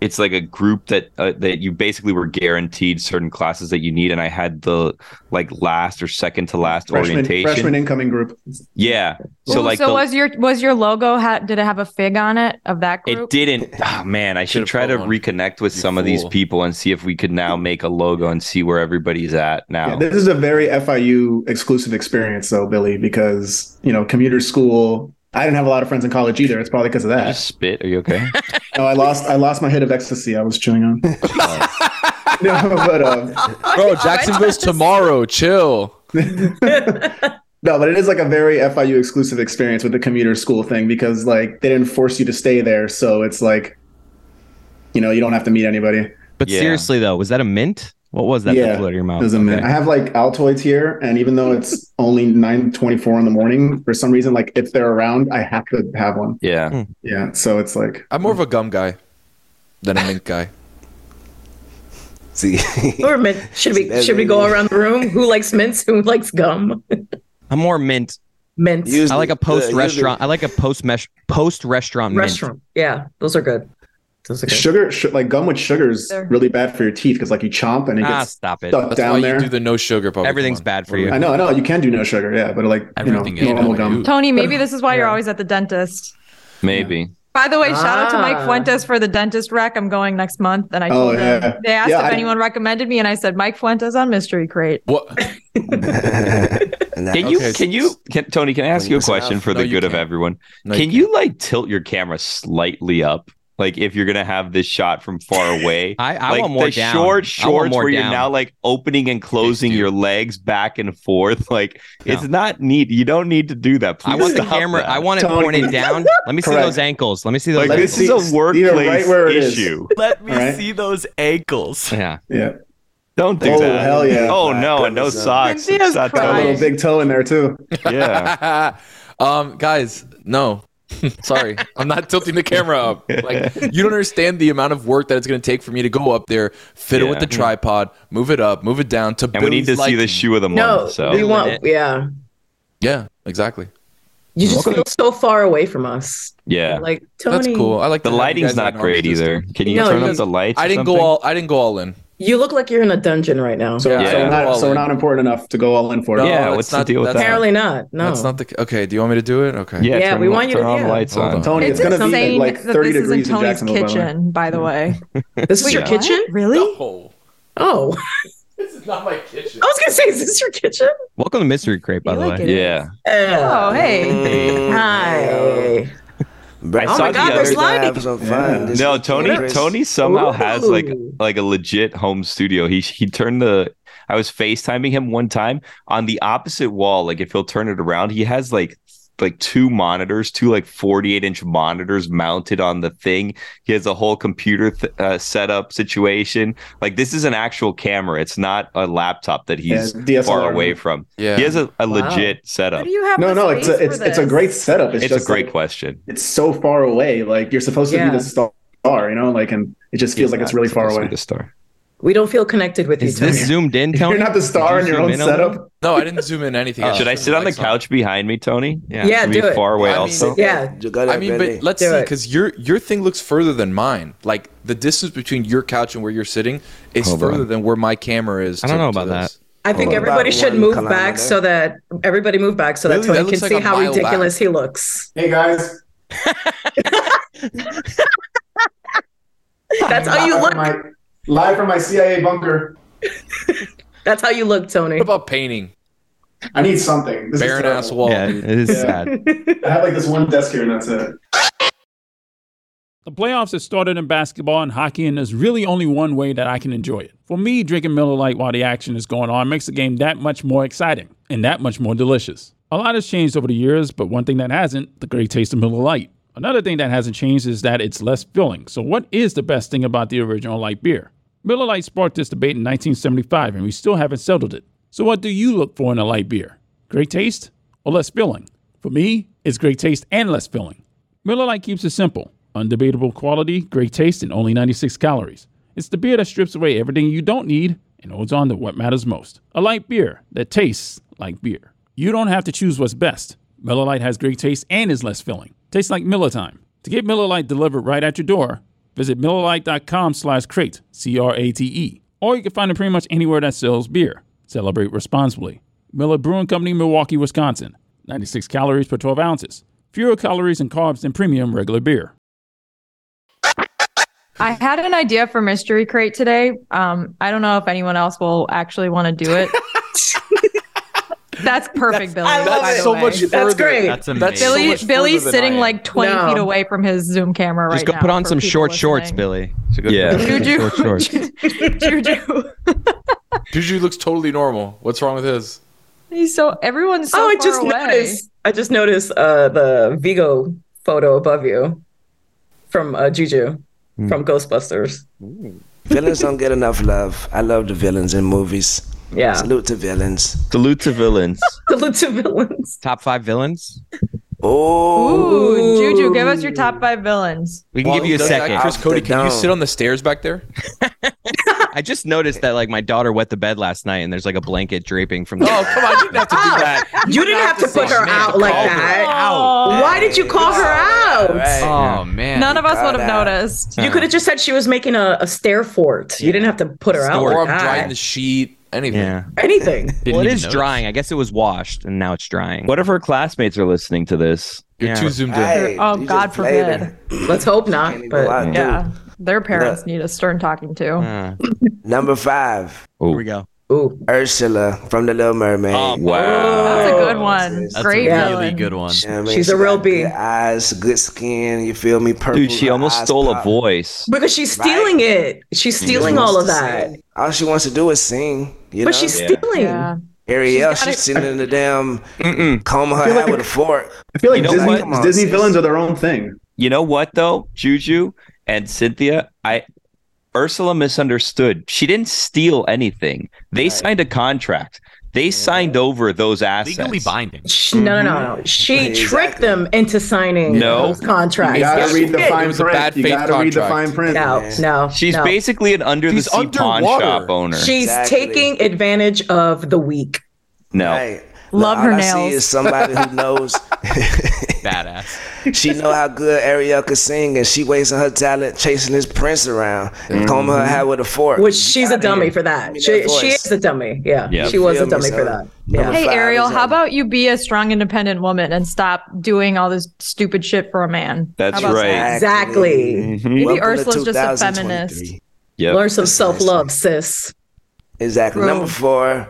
Speaker 4: it's like a group that uh, that you basically were guaranteed certain classes that you need and I had the like last or second to last
Speaker 9: Freshman,
Speaker 4: orientation.
Speaker 9: freshman incoming group.
Speaker 4: yeah. So
Speaker 2: Ooh,
Speaker 4: like
Speaker 2: so
Speaker 4: the-
Speaker 2: was your was your logo? Ha- did it have a fig on it of that group?
Speaker 4: It didn't. Oh, man, I should try to reconnect with some of these
Speaker 9: fool.
Speaker 4: people and see if we could now make a logo and see where everybody's at now.
Speaker 9: Yeah, this is a very FIU exclusive experience, though, Billy, because you know, commuter school. I didn't have a lot of friends in college either. It's probably because of that.
Speaker 4: Spit. Are you okay?
Speaker 9: No, I lost. I lost my hit of ecstasy. I was chewing on. no, but um,
Speaker 1: Bro, Jacksonville's tomorrow. Chill.
Speaker 9: No, but it is like a very FIU exclusive experience with the commuter school thing because like they didn't force you to stay there, so it's like, you know, you don't have to meet anybody.
Speaker 8: But seriously though, was that a mint? What was that? that
Speaker 9: yeah,
Speaker 8: flew out of your mouth.
Speaker 9: it was a
Speaker 8: Okay.
Speaker 9: mint. I have like Altoids here, and even though it's only nine twenty-four in the morning, for some reason, like if they're around, I have to have one.
Speaker 4: Yeah.
Speaker 9: Yeah, so it's like
Speaker 1: I'm more of a gum guy than a mint guy.
Speaker 7: See,
Speaker 3: Or mint. Should we
Speaker 7: That's
Speaker 3: should we
Speaker 7: really-
Speaker 3: go around the room? Who likes mints? Who likes gum?
Speaker 8: I'm more mint.
Speaker 3: Mint.
Speaker 8: I like a post
Speaker 3: usually-
Speaker 8: restaurant. I like a post mesh post restaurant mint.
Speaker 3: Restaurant. Yeah, those are good. Those are good.
Speaker 9: sugar, sh- like gum with sugar is really bad for your teeth because like you chomp and it gets
Speaker 8: Ah, stop it.
Speaker 9: stuck
Speaker 8: That's
Speaker 9: down
Speaker 8: why you
Speaker 9: there.
Speaker 1: do the no sugar. Public.
Speaker 8: Everything's bad for you.
Speaker 9: I know, I know. You can do no sugar, yeah, but like you know, normal gum.
Speaker 2: Tony, maybe this is why you're always at the dentist.
Speaker 4: Maybe.
Speaker 2: By the way, shout out to Mike
Speaker 3: Ah.
Speaker 2: Fuentes for the dentist rec. I'm going next month, and I
Speaker 4: Oh,
Speaker 2: told
Speaker 4: yeah.
Speaker 2: them they asked
Speaker 4: Yeah,
Speaker 2: if
Speaker 4: I-
Speaker 2: anyone recommended me, and I said Mike Fuentes on Mystery Crate.
Speaker 1: What?
Speaker 4: Can you can you can, Tony? Can I ask you a
Speaker 8: 20%
Speaker 4: question
Speaker 8: off.
Speaker 4: for
Speaker 8: No,
Speaker 4: the
Speaker 8: you
Speaker 4: good of
Speaker 8: can't.
Speaker 4: everyone?
Speaker 8: No, you
Speaker 4: can you, like tilt your camera slightly up? Like if you're gonna have this shot from far away,
Speaker 8: I- I
Speaker 4: like
Speaker 8: want more
Speaker 4: the
Speaker 8: down. I
Speaker 4: short
Speaker 8: want
Speaker 4: shorts
Speaker 8: more
Speaker 4: where you're
Speaker 8: down.
Speaker 4: now like opening and closing your legs back and forth. Like it's not neat. You don't need to do that. Please
Speaker 8: I want the
Speaker 4: stop
Speaker 8: camera.
Speaker 4: that.
Speaker 8: I want it pointed down. Let me see
Speaker 4: Correct.
Speaker 8: those ankles. Let me see those.
Speaker 4: Like,
Speaker 8: ankles.
Speaker 4: this is a workplace issue.
Speaker 6: Let me
Speaker 8: Alright.
Speaker 6: see those ankles.
Speaker 8: Yeah.
Speaker 9: Yeah.
Speaker 4: Don't do
Speaker 9: oh,
Speaker 4: that.
Speaker 9: hell yeah.
Speaker 4: Oh no, and no socks. It's not
Speaker 9: Got a
Speaker 4: Tony.
Speaker 9: little big toe in there too.
Speaker 1: Yeah. um, guys, no. Sorry, I'm not tilting the camera up. Like you don't understand the amount of work that it's going to take for me to go up there, fiddle
Speaker 4: Yeah.
Speaker 1: with the tripod, move it up, move it down. To
Speaker 4: And we need to see the shoe of the
Speaker 3: No, we want. Yeah,
Speaker 1: Yeah, exactly.
Speaker 3: you just feel so far away from us.
Speaker 4: Yeah,
Speaker 3: Like Tony.
Speaker 1: That's cool. I like
Speaker 4: the
Speaker 1: to have you
Speaker 4: lighting's
Speaker 1: guys like
Speaker 4: not
Speaker 1: an
Speaker 4: great
Speaker 1: army system.
Speaker 4: either. Can you
Speaker 3: No,
Speaker 4: turn
Speaker 3: you-
Speaker 4: up the lights? or
Speaker 1: I didn't go
Speaker 4: something?
Speaker 1: all. I didn't go all in.
Speaker 3: You look like you're in a dungeon right now.
Speaker 9: So,
Speaker 1: Yeah.
Speaker 9: so, we're
Speaker 1: All
Speaker 9: not, so we're
Speaker 1: in.
Speaker 9: not important enough to go all in for it.
Speaker 1: No, that's not- that's-
Speaker 3: Apparently not. No.
Speaker 1: That's not the. Okay, do you want me to do it? Okay.
Speaker 3: Yeah, Yeah, turn we on- want you to- turn on yeah. lights
Speaker 1: Hold
Speaker 3: on.
Speaker 9: Tony, it's,
Speaker 2: It's
Speaker 9: gonna be
Speaker 2: insane
Speaker 9: like
Speaker 2: that
Speaker 9: thirty
Speaker 2: this is in
Speaker 9: degrees in,
Speaker 2: Tony's
Speaker 9: Jacksonville. by the way.
Speaker 2: kitchen, by the way.
Speaker 3: This is your
Speaker 9: Yeah.
Speaker 3: kitchen?
Speaker 2: Really?
Speaker 3: Oh.
Speaker 1: This is not my kitchen.
Speaker 3: I was gonna say, is this your kitchen?
Speaker 8: Welcome to Mystery Crate, by the
Speaker 2: like
Speaker 8: way.
Speaker 2: it
Speaker 4: Yeah.
Speaker 3: Oh,
Speaker 2: hey.
Speaker 3: Hi.
Speaker 7: Bro,
Speaker 4: I
Speaker 3: Oh
Speaker 4: saw
Speaker 3: my
Speaker 4: the
Speaker 3: God,
Speaker 4: other-
Speaker 3: there's lighting.
Speaker 7: Have some fun. This
Speaker 4: No,
Speaker 7: is
Speaker 4: Tony.
Speaker 7: Chris.
Speaker 4: Tony somehow has like
Speaker 7: Ooh.
Speaker 4: like a legit home studio. He he turned the. I was FaceTiming him one time on the opposite wall. Like if he'll turn it around, he has like like two monitors, two like forty eight inch monitors mounted on the thing. He has a whole computer th- uh, setup situation. Like this is an actual camera. It's not a laptop that he's
Speaker 9: Yeah, DSLR.
Speaker 4: far away from.
Speaker 1: Yeah.
Speaker 4: he has a, a
Speaker 9: Wow.
Speaker 4: legit setup.
Speaker 2: do you have
Speaker 9: no,
Speaker 2: the
Speaker 9: no, it's
Speaker 2: space
Speaker 9: a,
Speaker 2: for
Speaker 9: it's it's a
Speaker 2: this?
Speaker 9: great setup. It's,
Speaker 4: It's,
Speaker 9: just
Speaker 4: a great
Speaker 9: like,
Speaker 4: question.
Speaker 9: It's so far away. Like you're supposed to
Speaker 2: Yeah.
Speaker 9: be the star, you know, like and it just feels
Speaker 4: He's
Speaker 9: like it's
Speaker 4: not
Speaker 9: really far
Speaker 4: supposed to be
Speaker 9: away.
Speaker 4: The star.
Speaker 3: We don't feel connected with
Speaker 8: Is
Speaker 3: each other.
Speaker 8: this zoomed in, Tony?
Speaker 3: You're not the star in your own setup?
Speaker 1: No, I didn't zoom in anything.
Speaker 4: Oh. should I sit on the couch behind me, Tony?
Speaker 3: Yeah,
Speaker 4: Should we
Speaker 3: do
Speaker 4: be
Speaker 3: it.
Speaker 4: Far away,
Speaker 3: I mean,
Speaker 4: also.
Speaker 3: yeah.
Speaker 1: I mean, but let's see, because your your thing looks further than mine. Like the distance between your couch and where you're sitting is
Speaker 8: Hold
Speaker 1: further
Speaker 8: on.
Speaker 1: than where my camera is.
Speaker 8: I don't know about that.
Speaker 3: I think everybody should move back so that everybody move back so that
Speaker 1: Really?
Speaker 3: Tony
Speaker 1: That
Speaker 3: can
Speaker 1: looks like
Speaker 3: see
Speaker 1: a
Speaker 3: how
Speaker 1: mile
Speaker 3: ridiculous he
Speaker 1: back.
Speaker 3: looks.
Speaker 9: Hey guys.
Speaker 3: That's how you look.
Speaker 9: Live from my CIA bunker.
Speaker 3: That's how you look, Tony.
Speaker 1: What about painting?
Speaker 9: I need something. This is
Speaker 1: Barren
Speaker 9: terrible.
Speaker 1: ass wall.
Speaker 8: Yeah, it is sad.
Speaker 9: I have like this one desk here, and that's it.
Speaker 10: The playoffs have started in basketball and hockey, and there's really only one way that I can enjoy it. For me, drinking Miller Lite while the action is going on makes the game that much more exciting and that much more delicious. A lot has changed over the years, but one thing that hasn't, the great taste of Miller Lite. Another thing that hasn't changed is that it's less filling. So, what is the best thing about the original light beer? Miller Lite sparked this debate in 1975, and we still haven't settled it. So, what do you look for in a light beer? Great taste or less filling? For me, it's great taste and less filling. Miller Lite keeps it simple, undebatable quality, great taste, and only 96 calories. It's the beer that strips away everything you don't need and holds on to what matters most. A light beer that tastes like beer. You don't have to choose what's best. Miller Lite has great taste and is less filling. Tastes like Miller time. To get Miller Lite delivered right at your door, visit MillerLite.com slash crate, C-R-A-T-E. E. Or you can find it pretty much anywhere that sells beer. Celebrate responsibly. Miller Brewing Company, Milwaukee, Wisconsin. 96 calories per 12 ounces. Fewer calories and carbs than premium regular beer.
Speaker 2: I had an idea for Mystery Crate today. Um, I don't know if anyone else will actually want to do it. That's perfect, Billy.
Speaker 3: I love
Speaker 2: by
Speaker 3: That's
Speaker 2: the
Speaker 3: so
Speaker 2: way.
Speaker 3: much That's further. great. That's amazing.
Speaker 2: Billy,
Speaker 3: so much
Speaker 2: Billy's
Speaker 3: further than I
Speaker 2: sitting
Speaker 3: am.
Speaker 2: like 20
Speaker 3: No.
Speaker 2: feet away from his Zoom camera
Speaker 8: Just
Speaker 2: right
Speaker 8: go
Speaker 2: now.
Speaker 8: put on
Speaker 2: for
Speaker 8: some
Speaker 2: people
Speaker 8: short
Speaker 2: listening.
Speaker 8: shorts, Billy. So go-
Speaker 4: Yeah.
Speaker 2: Juju.
Speaker 8: short shorts.
Speaker 2: Juju.
Speaker 1: Juju looks totally normal. What's wrong with his?
Speaker 2: He's so everyone's so
Speaker 3: oh, I
Speaker 2: far
Speaker 3: just
Speaker 2: away.
Speaker 3: noticed. I just noticed uh, the Vigo photo above you from uh, Juju from Ghostbusters.
Speaker 7: villains don't get enough love. I love the villains in movies.
Speaker 3: Yeah.
Speaker 7: Salute to villains.
Speaker 4: Salute to villains.
Speaker 3: Salute to villains.
Speaker 8: Top five villains.
Speaker 7: Oh.
Speaker 2: Ooh, Juju, give us your top five villains.
Speaker 8: We can give you a second.
Speaker 1: Chris Cody, can you sit on the stairs back there?
Speaker 8: I just noticed that like my daughter wet the bed last night, and there's like a blanket draping from.
Speaker 1: Oh, come on. You didn't have to do that.
Speaker 3: You didn't have to put her out like that.
Speaker 8: out.
Speaker 3: Why did you call her out?
Speaker 8: Oh man.
Speaker 2: None of us would have noticed.
Speaker 3: You could have just said she was making a, a stair fort. You didn't have to put her out.
Speaker 1: Or I'm
Speaker 3: Like
Speaker 1: drying
Speaker 3: that.
Speaker 1: the sheet. Anything.
Speaker 8: Yeah.
Speaker 3: Anything.
Speaker 8: Well, it
Speaker 4: even
Speaker 8: is
Speaker 4: notice.
Speaker 8: drying. I guess it was washed and now it's drying.
Speaker 4: What if her classmates are listening to this?
Speaker 1: You're too zoomed in.
Speaker 2: oh, God forbid.
Speaker 3: Let's hope not. But Hmm.
Speaker 7: out,
Speaker 2: Yeah. Their parents need a stern talking to.
Speaker 7: Number five.
Speaker 8: Here we go.
Speaker 3: Ooh.
Speaker 7: Ursula from The Little Mermaid.
Speaker 4: wow.
Speaker 2: That's a good one. Great villain.
Speaker 7: one.
Speaker 3: She's a real
Speaker 7: bee. Good eyes, good skin. You feel me? Purple.
Speaker 4: Dude, she
Speaker 7: her
Speaker 4: almost
Speaker 7: eyes
Speaker 4: stole a
Speaker 7: pop.
Speaker 4: voice.
Speaker 3: because she's stealing it. She's stealing all of that.
Speaker 7: All she wants to do is sing. You know?
Speaker 3: But she's stealing.
Speaker 2: Yeah.
Speaker 7: Ariel,
Speaker 2: She's
Speaker 7: she's,
Speaker 2: got it.
Speaker 7: sitting in the damn comb her hair with a fork.
Speaker 9: I feel like
Speaker 4: You know
Speaker 9: Disney,
Speaker 4: what?
Speaker 7: Come on,
Speaker 9: Disney
Speaker 7: sis.
Speaker 9: villains are their own thing.
Speaker 4: You know what though, Juju and Cynthia, I Ursula misunderstood. She didn't steal anything. They signed a contract. They signed over those assets.
Speaker 6: legally binding.
Speaker 3: Sh- Mm-hmm. No, no, no, no. She tricked them into signing
Speaker 4: No.
Speaker 3: those contracts.
Speaker 9: You gotta
Speaker 3: Yes, she
Speaker 9: read the
Speaker 3: did.
Speaker 9: fine
Speaker 1: was a
Speaker 9: print.
Speaker 1: bad
Speaker 9: you
Speaker 1: faith
Speaker 9: gotta read the
Speaker 1: contract.
Speaker 9: fine print.
Speaker 3: No, no.
Speaker 4: She's
Speaker 3: no.
Speaker 4: basically an under
Speaker 1: She's
Speaker 4: the sea pawn
Speaker 1: underwater.
Speaker 4: shop owner.
Speaker 3: She's
Speaker 7: Exactly.
Speaker 3: taking advantage of the weak.
Speaker 4: no.
Speaker 7: Right.
Speaker 2: Love
Speaker 7: all
Speaker 2: her
Speaker 7: I
Speaker 2: nails.
Speaker 7: See is somebody who knows.
Speaker 6: Badass.
Speaker 7: she know how good Ariel can sing, and she wasting her talent chasing this prince around and combing
Speaker 4: Mm-hmm.
Speaker 7: her hair with a fork.
Speaker 3: Which she's a dummy
Speaker 7: here.
Speaker 3: for
Speaker 7: Give
Speaker 3: that.
Speaker 7: me
Speaker 3: She,
Speaker 7: that
Speaker 3: she
Speaker 7: voice.
Speaker 3: is a dummy. Yeah.
Speaker 4: Yeah.
Speaker 3: She was
Speaker 7: Feel
Speaker 3: a
Speaker 7: me,
Speaker 3: dummy
Speaker 7: son?
Speaker 3: for that.
Speaker 7: Number
Speaker 3: Yeah.
Speaker 2: Hey
Speaker 7: five
Speaker 2: Ariel,
Speaker 7: is
Speaker 2: how
Speaker 7: on-
Speaker 2: about you be a strong, independent woman and stop doing all this stupid shit for a man?
Speaker 4: That's
Speaker 2: How about
Speaker 4: right.
Speaker 3: Exactly.
Speaker 4: Mhm.
Speaker 2: Maybe
Speaker 7: Welcome to
Speaker 2: Ursula's just a
Speaker 7: 2023.
Speaker 2: feminist.
Speaker 4: Yep.
Speaker 3: Learn some self love, sis.
Speaker 7: Exactly.
Speaker 2: Bro.
Speaker 7: Number four,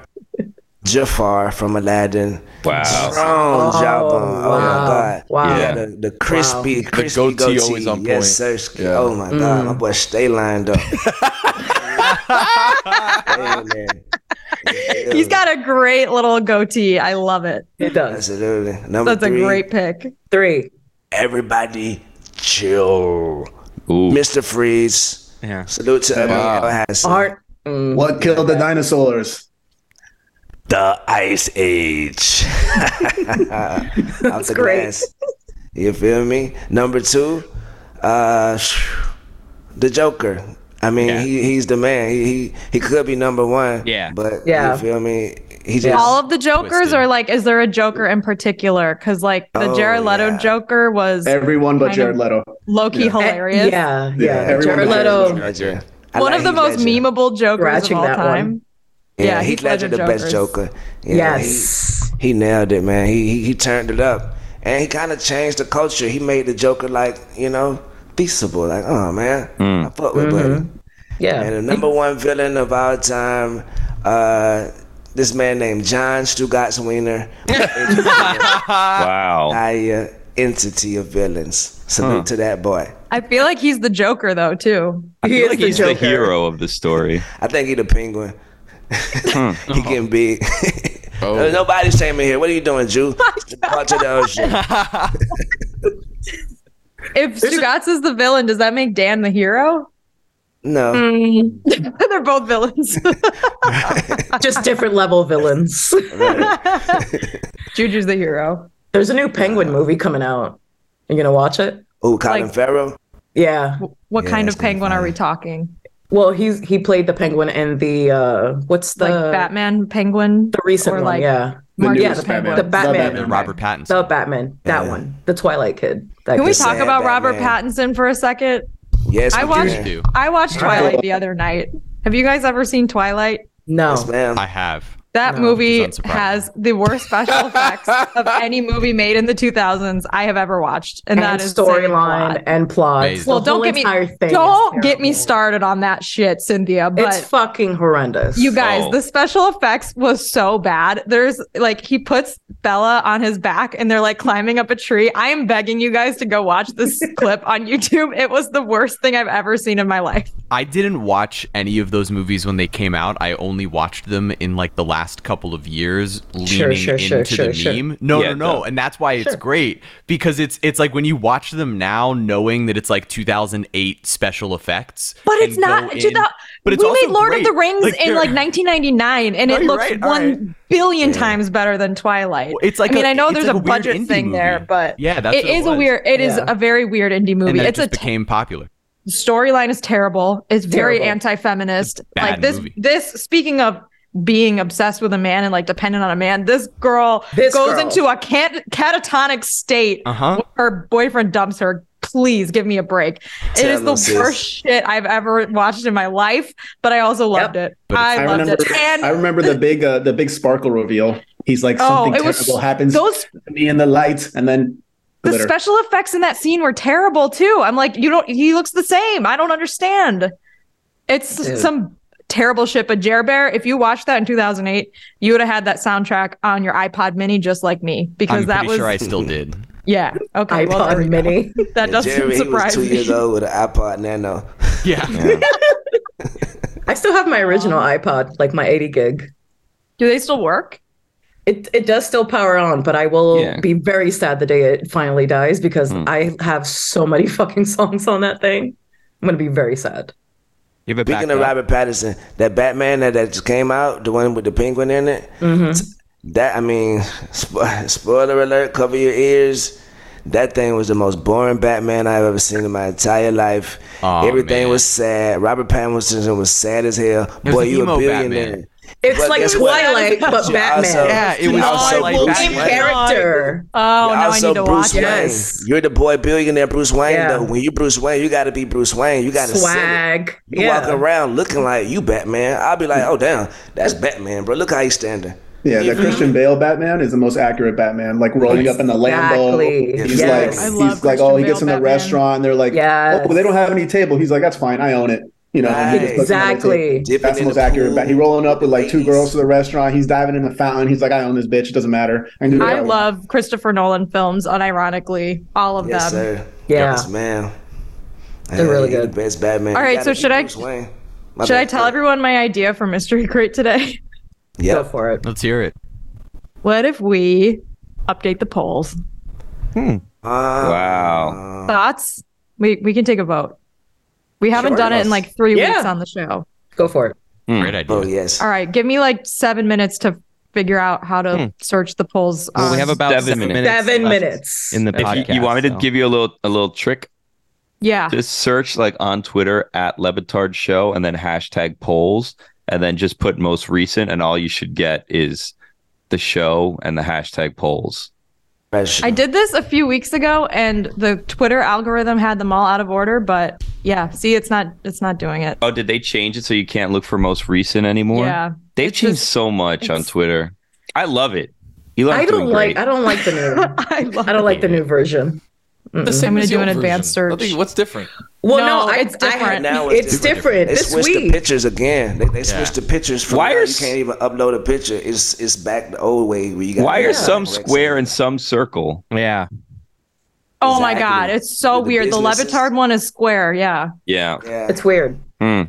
Speaker 7: Jafar from Aladdin.
Speaker 4: Wow.
Speaker 7: Strong
Speaker 3: Oh,
Speaker 7: jawbone. Oh
Speaker 3: wow.
Speaker 7: my god.
Speaker 3: Wow.
Speaker 7: Yeah.
Speaker 4: Yeah.
Speaker 7: The, the crispy, crispy
Speaker 1: goatee always on
Speaker 7: Yes, sir.
Speaker 1: point. Yeah.
Speaker 7: Oh my god. My boy stay lined up. Hey, man.
Speaker 2: that. He's got a great little goatee. I love it.
Speaker 3: It does.
Speaker 7: Absolutely. Number
Speaker 2: That's a
Speaker 7: three,
Speaker 2: great pick.
Speaker 3: Three.
Speaker 7: Everybody chill.
Speaker 4: Ooh.
Speaker 7: Mr. Freeze.
Speaker 8: Yeah.
Speaker 7: Salute to Emil Hassan.
Speaker 3: Art. Mm.
Speaker 9: uh, What killed the dinosaurs?
Speaker 7: The Ice Age. Out the
Speaker 3: great.
Speaker 7: glass. You feel me? Number two, uh, the Joker. I mean, he, he's the man. He, he he could be number one.
Speaker 8: Yeah,
Speaker 7: but
Speaker 2: Yeah.
Speaker 7: you feel me? He just
Speaker 2: all of the jokers are like is there a joker in particular because like the
Speaker 7: Oh,
Speaker 2: jared leto joker was
Speaker 9: Everyone but
Speaker 2: kind
Speaker 9: Jared
Speaker 2: of
Speaker 9: Leto.
Speaker 2: low-key hilarious
Speaker 3: Eh, Yeah,
Speaker 9: Yeah,
Speaker 3: yeah.
Speaker 9: everyone
Speaker 3: Jared
Speaker 9: but
Speaker 3: Leto.
Speaker 7: Ledger. I
Speaker 2: one
Speaker 7: like
Speaker 2: of the
Speaker 7: Heath
Speaker 2: most
Speaker 7: Ledger.
Speaker 2: memeable jokers
Speaker 3: Ratching
Speaker 2: of all
Speaker 3: that one.
Speaker 2: time
Speaker 7: Yeah,
Speaker 2: Yeah,
Speaker 7: Heath
Speaker 2: Heath
Speaker 7: Ledger,
Speaker 2: Ledger
Speaker 7: the best
Speaker 2: Jokers.
Speaker 7: Joker. Yeah,
Speaker 3: Yes.
Speaker 7: he, he nailed it, man. He he, he turned it up, and he kind of changed the culture. He made the Joker like you know peaceable, like oh man, I fuck with buddy.
Speaker 3: Mm-hmm. Yeah,
Speaker 7: and the number one villain of all time, uh, this man named John Stugatz Wiener.
Speaker 4: wow,
Speaker 7: higher entity of villains. Salute
Speaker 4: Huh.
Speaker 7: to that boy.
Speaker 2: i feel like he's the joker though too
Speaker 4: I feel like he's the hero of the story. Hmm.
Speaker 7: I think he the penguin. He getting big.
Speaker 6: Oh.
Speaker 7: There's Nobody shaming here. What are you doing, Jew? Out to the ocean.
Speaker 2: if Stugatz is the villain does that make dan the hero
Speaker 7: No. Oh.
Speaker 2: they're both villains
Speaker 3: Just different level villains.
Speaker 2: juju's the hero
Speaker 3: There's a new Penguin movie coming out. You gonna watch it?
Speaker 7: Oh, Colin
Speaker 2: Like-
Speaker 7: Farrell.
Speaker 3: Yeah.
Speaker 2: what kind of penguin are we talking
Speaker 3: Well, he's he played the Penguin in the uh what's the
Speaker 2: like batman penguin
Speaker 3: the recent
Speaker 2: or
Speaker 3: one?
Speaker 2: like
Speaker 3: yeah.
Speaker 2: The Mark-
Speaker 3: yeah,
Speaker 2: newest
Speaker 3: the
Speaker 2: Batman.
Speaker 3: Penguin. The
Speaker 2: The
Speaker 3: Batman.
Speaker 6: Batman. Robert Pattinson.
Speaker 3: The Batman. That one. The Twilight Kid. That
Speaker 2: can we
Speaker 3: kid.
Speaker 2: talk about robert pattinson for a second
Speaker 7: Yes,
Speaker 2: i
Speaker 7: we
Speaker 2: watched
Speaker 7: can.
Speaker 2: i watched
Speaker 7: Right.
Speaker 2: twilight the other night have you guys ever seen twilight
Speaker 3: No.
Speaker 7: Yes, ma'am.
Speaker 6: I have.
Speaker 2: That movie has the worst special effects of any movie made in the 2000s I have ever watched, and,
Speaker 3: And,
Speaker 2: that is saying a lot.
Speaker 3: storyline and plot.
Speaker 2: Well, don't get me don't get me
Speaker 3: started.
Speaker 2: started on that shit, Cynthia. But
Speaker 3: It's fucking horrendous.
Speaker 2: you guys,
Speaker 3: Oh.
Speaker 2: the special effects was so bad. There's like he puts Bella on his back, and they're like climbing up a tree. I am begging you guys to go watch this clip on YouTube. It was the worst thing I've ever seen in my life.
Speaker 6: I didn't watch any of those movies when they came out. I only watched them in like the last couple of years, leaning
Speaker 8: Sure, sure,
Speaker 6: into
Speaker 8: sure,
Speaker 6: the
Speaker 8: sure, sure.
Speaker 6: meme. No,
Speaker 8: Yeah,
Speaker 6: no, no,
Speaker 8: duh.
Speaker 6: and that's why it's
Speaker 8: Sure.
Speaker 6: great because it's it's like when you watch them now, knowing that it's like 2008 special effects.
Speaker 2: But it's
Speaker 6: and go
Speaker 2: not.
Speaker 6: in-
Speaker 2: to the,
Speaker 6: but it's
Speaker 2: we
Speaker 6: also
Speaker 2: made Lord of
Speaker 6: great.
Speaker 2: the Rings in
Speaker 6: they're-
Speaker 2: like 1999, and
Speaker 6: No,
Speaker 2: it
Speaker 6: you're
Speaker 2: looks
Speaker 6: right,
Speaker 2: one
Speaker 6: all
Speaker 2: billion
Speaker 6: right.
Speaker 2: times better than Twilight.
Speaker 6: it's like
Speaker 2: I mean,
Speaker 6: a-
Speaker 2: I know
Speaker 6: it's
Speaker 2: there's
Speaker 6: like
Speaker 2: a,
Speaker 6: a weird
Speaker 2: budget
Speaker 6: indie
Speaker 2: thing there,
Speaker 6: movie.
Speaker 2: but
Speaker 6: Yeah, that's
Speaker 2: it
Speaker 6: what it
Speaker 2: is a
Speaker 6: was.
Speaker 2: weird. It is
Speaker 6: Yeah.
Speaker 2: a very weird indie
Speaker 6: and
Speaker 2: movie.
Speaker 6: then it
Speaker 2: It's a
Speaker 6: just became popular.
Speaker 2: storyline is terrible. It's very
Speaker 6: Terrible.
Speaker 2: anti-feminist.
Speaker 6: It's a bad
Speaker 2: like this
Speaker 6: movie.
Speaker 2: this speaking of being obsessed with a man and like dependent on a man, this girl
Speaker 3: This
Speaker 2: goes
Speaker 3: girl.
Speaker 2: into a cat- catatonic state
Speaker 6: Uh-huh.
Speaker 2: when her boyfriend dumps her. Please give me a break. it
Speaker 9: Tell
Speaker 2: is the
Speaker 9: them, sis.
Speaker 2: worst shit I've ever watched in my life, but I also loved it. I, loved
Speaker 9: remember,
Speaker 2: it. And
Speaker 9: I remember the big uh, the big sparkle reveal. He's like
Speaker 2: Oh,
Speaker 9: something
Speaker 2: it was-
Speaker 9: terrible happens
Speaker 2: those-
Speaker 9: to me in the light, and then
Speaker 2: the
Speaker 9: glitter.
Speaker 2: special effects in that scene were terrible too. I'm like, you don't. He looks the same. I don't understand. It's
Speaker 3: Dude.
Speaker 2: some terrible shit. But Jer Bear, if you watched that in 2008, you would have had that soundtrack on your iPod Mini, just like me, because
Speaker 6: I'm
Speaker 2: that
Speaker 6: pretty
Speaker 2: was
Speaker 6: sure I still did.
Speaker 2: yeah. Okay, well,
Speaker 3: iPod
Speaker 2: there we go.
Speaker 3: Mini.
Speaker 2: That doesn't
Speaker 7: Jerry,
Speaker 2: surprise
Speaker 7: he was two
Speaker 2: me.
Speaker 7: years old with an iPod Nano.
Speaker 6: Yeah.
Speaker 3: I still have my original iPod, like my 80 gig.
Speaker 2: Do they still work?
Speaker 3: It it does still power on, but I will
Speaker 7: Yeah. Hmm.
Speaker 3: be very sad the day it finally dies because I have so many fucking songs on that thing. I'm gonna be very sad.
Speaker 7: Speaking of Robert Pattinson, that Batman that, that just came out, the one with the penguin in it,
Speaker 3: Mm-hmm.
Speaker 7: that I mean, spo- spoiler alert, cover your ears. That thing was the most boring Batman I've ever seen in my entire life.
Speaker 6: Aw,
Speaker 7: Everything
Speaker 6: man.
Speaker 7: was sad. Robert Pattinson was sad as hell.
Speaker 6: was
Speaker 7: Boy,
Speaker 6: an
Speaker 7: you
Speaker 6: emo
Speaker 7: a billionaire.
Speaker 6: Batman.
Speaker 3: It's
Speaker 7: But
Speaker 3: like
Speaker 7: guess what?
Speaker 3: Twilight, but
Speaker 7: You're
Speaker 3: Batman.
Speaker 7: also-
Speaker 6: Yeah, it was
Speaker 7: you're also
Speaker 6: Twilight
Speaker 7: Bruce
Speaker 6: Batman.
Speaker 7: Wayne.
Speaker 3: character.
Speaker 2: Oh,
Speaker 7: You're
Speaker 2: now I
Speaker 7: also
Speaker 2: need to watch
Speaker 7: Bruce Wayne.
Speaker 2: it.
Speaker 7: You're the boy billionaire Bruce Wayne.
Speaker 3: Yeah.
Speaker 7: Though when you Bruce Wayne, you got to be Bruce Wayne. You got to
Speaker 3: Swag.
Speaker 7: You
Speaker 3: Yeah.
Speaker 7: walk around looking like you Batman. I'll be like, oh damn, that's Batman, bro. Look how he's standing.
Speaker 9: yeah, the Christian Bale Batman is the most accurate Batman. Like rolling up in the Lambo.
Speaker 3: Exactly.
Speaker 9: He's
Speaker 3: Yes. I
Speaker 9: like,
Speaker 3: love
Speaker 9: he's like, oh, he
Speaker 3: Christian
Speaker 9: gets in
Speaker 3: Bale
Speaker 9: the
Speaker 3: Batman.
Speaker 9: restaurant. And they're like,
Speaker 3: Yes.
Speaker 9: oh, they don't have any table. He's like, that's fine, I own it. You know, and he just puts it on the
Speaker 3: Exactly.
Speaker 9: table.
Speaker 7: Dipping
Speaker 9: That's the
Speaker 7: in
Speaker 9: most
Speaker 7: the
Speaker 9: accurate.
Speaker 7: pool
Speaker 9: Bat- He rolling up with like two girls to the restaurant. He's diving in the fountain. He's like, I own this bitch. It doesn't matter. I can do
Speaker 2: I
Speaker 9: whatever.
Speaker 2: love Christopher Nolan films, unironically, all of
Speaker 7: Yes,
Speaker 2: them.
Speaker 7: sir.
Speaker 3: Yeah.
Speaker 7: Yes, ma'am.
Speaker 3: They're
Speaker 7: Yeah,
Speaker 3: really
Speaker 7: you're
Speaker 3: good.
Speaker 7: The best Batman.
Speaker 2: All
Speaker 7: You
Speaker 2: right,
Speaker 7: gotta
Speaker 2: so
Speaker 7: be
Speaker 2: should I
Speaker 7: Bruce Wayne. My
Speaker 2: Should I
Speaker 7: bad.
Speaker 2: tell everyone my idea for Mystery Crate today?
Speaker 7: Yep.
Speaker 3: Go for it.
Speaker 6: Let's hear it.
Speaker 2: What if we update the polls?
Speaker 1: Hmm.
Speaker 8: Uh,
Speaker 4: wow.
Speaker 2: Thoughts? We we can take a vote. We haven't
Speaker 3: Sure.
Speaker 2: done it in like three
Speaker 3: Yeah.
Speaker 2: weeks on the show.
Speaker 3: Go for it.
Speaker 6: Great idea.
Speaker 7: Oh yes.
Speaker 2: All right, give me like seven minutes to figure out how to search the polls.
Speaker 8: Hmm. Well, we
Speaker 2: on-
Speaker 8: have about seven, minutes.
Speaker 3: Seven
Speaker 8: left
Speaker 3: minutes.
Speaker 8: in the
Speaker 4: If you-
Speaker 8: podcast.
Speaker 4: you, want me to
Speaker 8: so.
Speaker 4: give you a little a little trick?
Speaker 2: Yeah.
Speaker 4: Just search like on Twitter at Levitard Show and then hashtag polls and then just put most recent and all you should get is the show and the hashtag polls.
Speaker 2: I did this a few weeks ago, and the Twitter algorithm had them all out of order. But yeah, see, it's not it's not doing it.
Speaker 4: Oh, did they change it so you can't look for most recent anymore?
Speaker 2: Yeah.
Speaker 4: They've changed so much on Twitter. I love it. Elon's
Speaker 3: I don't
Speaker 4: doing
Speaker 3: like.
Speaker 4: great.
Speaker 3: I don't like the new. I, don't like the new version. Mm-mm.
Speaker 2: same I'm gonna as the do an old advanced version. search.
Speaker 1: What's different?
Speaker 3: Well, no,
Speaker 2: No,
Speaker 3: I,
Speaker 2: it's
Speaker 3: I had-
Speaker 2: different. Now
Speaker 3: it's, different.
Speaker 7: They
Speaker 3: This
Speaker 7: switched
Speaker 3: week.
Speaker 7: the pictures again. They, they switched the pictures. From
Speaker 4: Why
Speaker 7: why
Speaker 4: are
Speaker 7: you can't even upload a picture? It's it's back the old way where you got.
Speaker 4: Why are some square and some circle?
Speaker 8: Yeah.
Speaker 2: Oh my god, it's so weird. The
Speaker 7: businesses.
Speaker 2: Levitard one is square. Yeah.
Speaker 4: Yeah.
Speaker 7: It's
Speaker 3: weird.
Speaker 4: Hmm.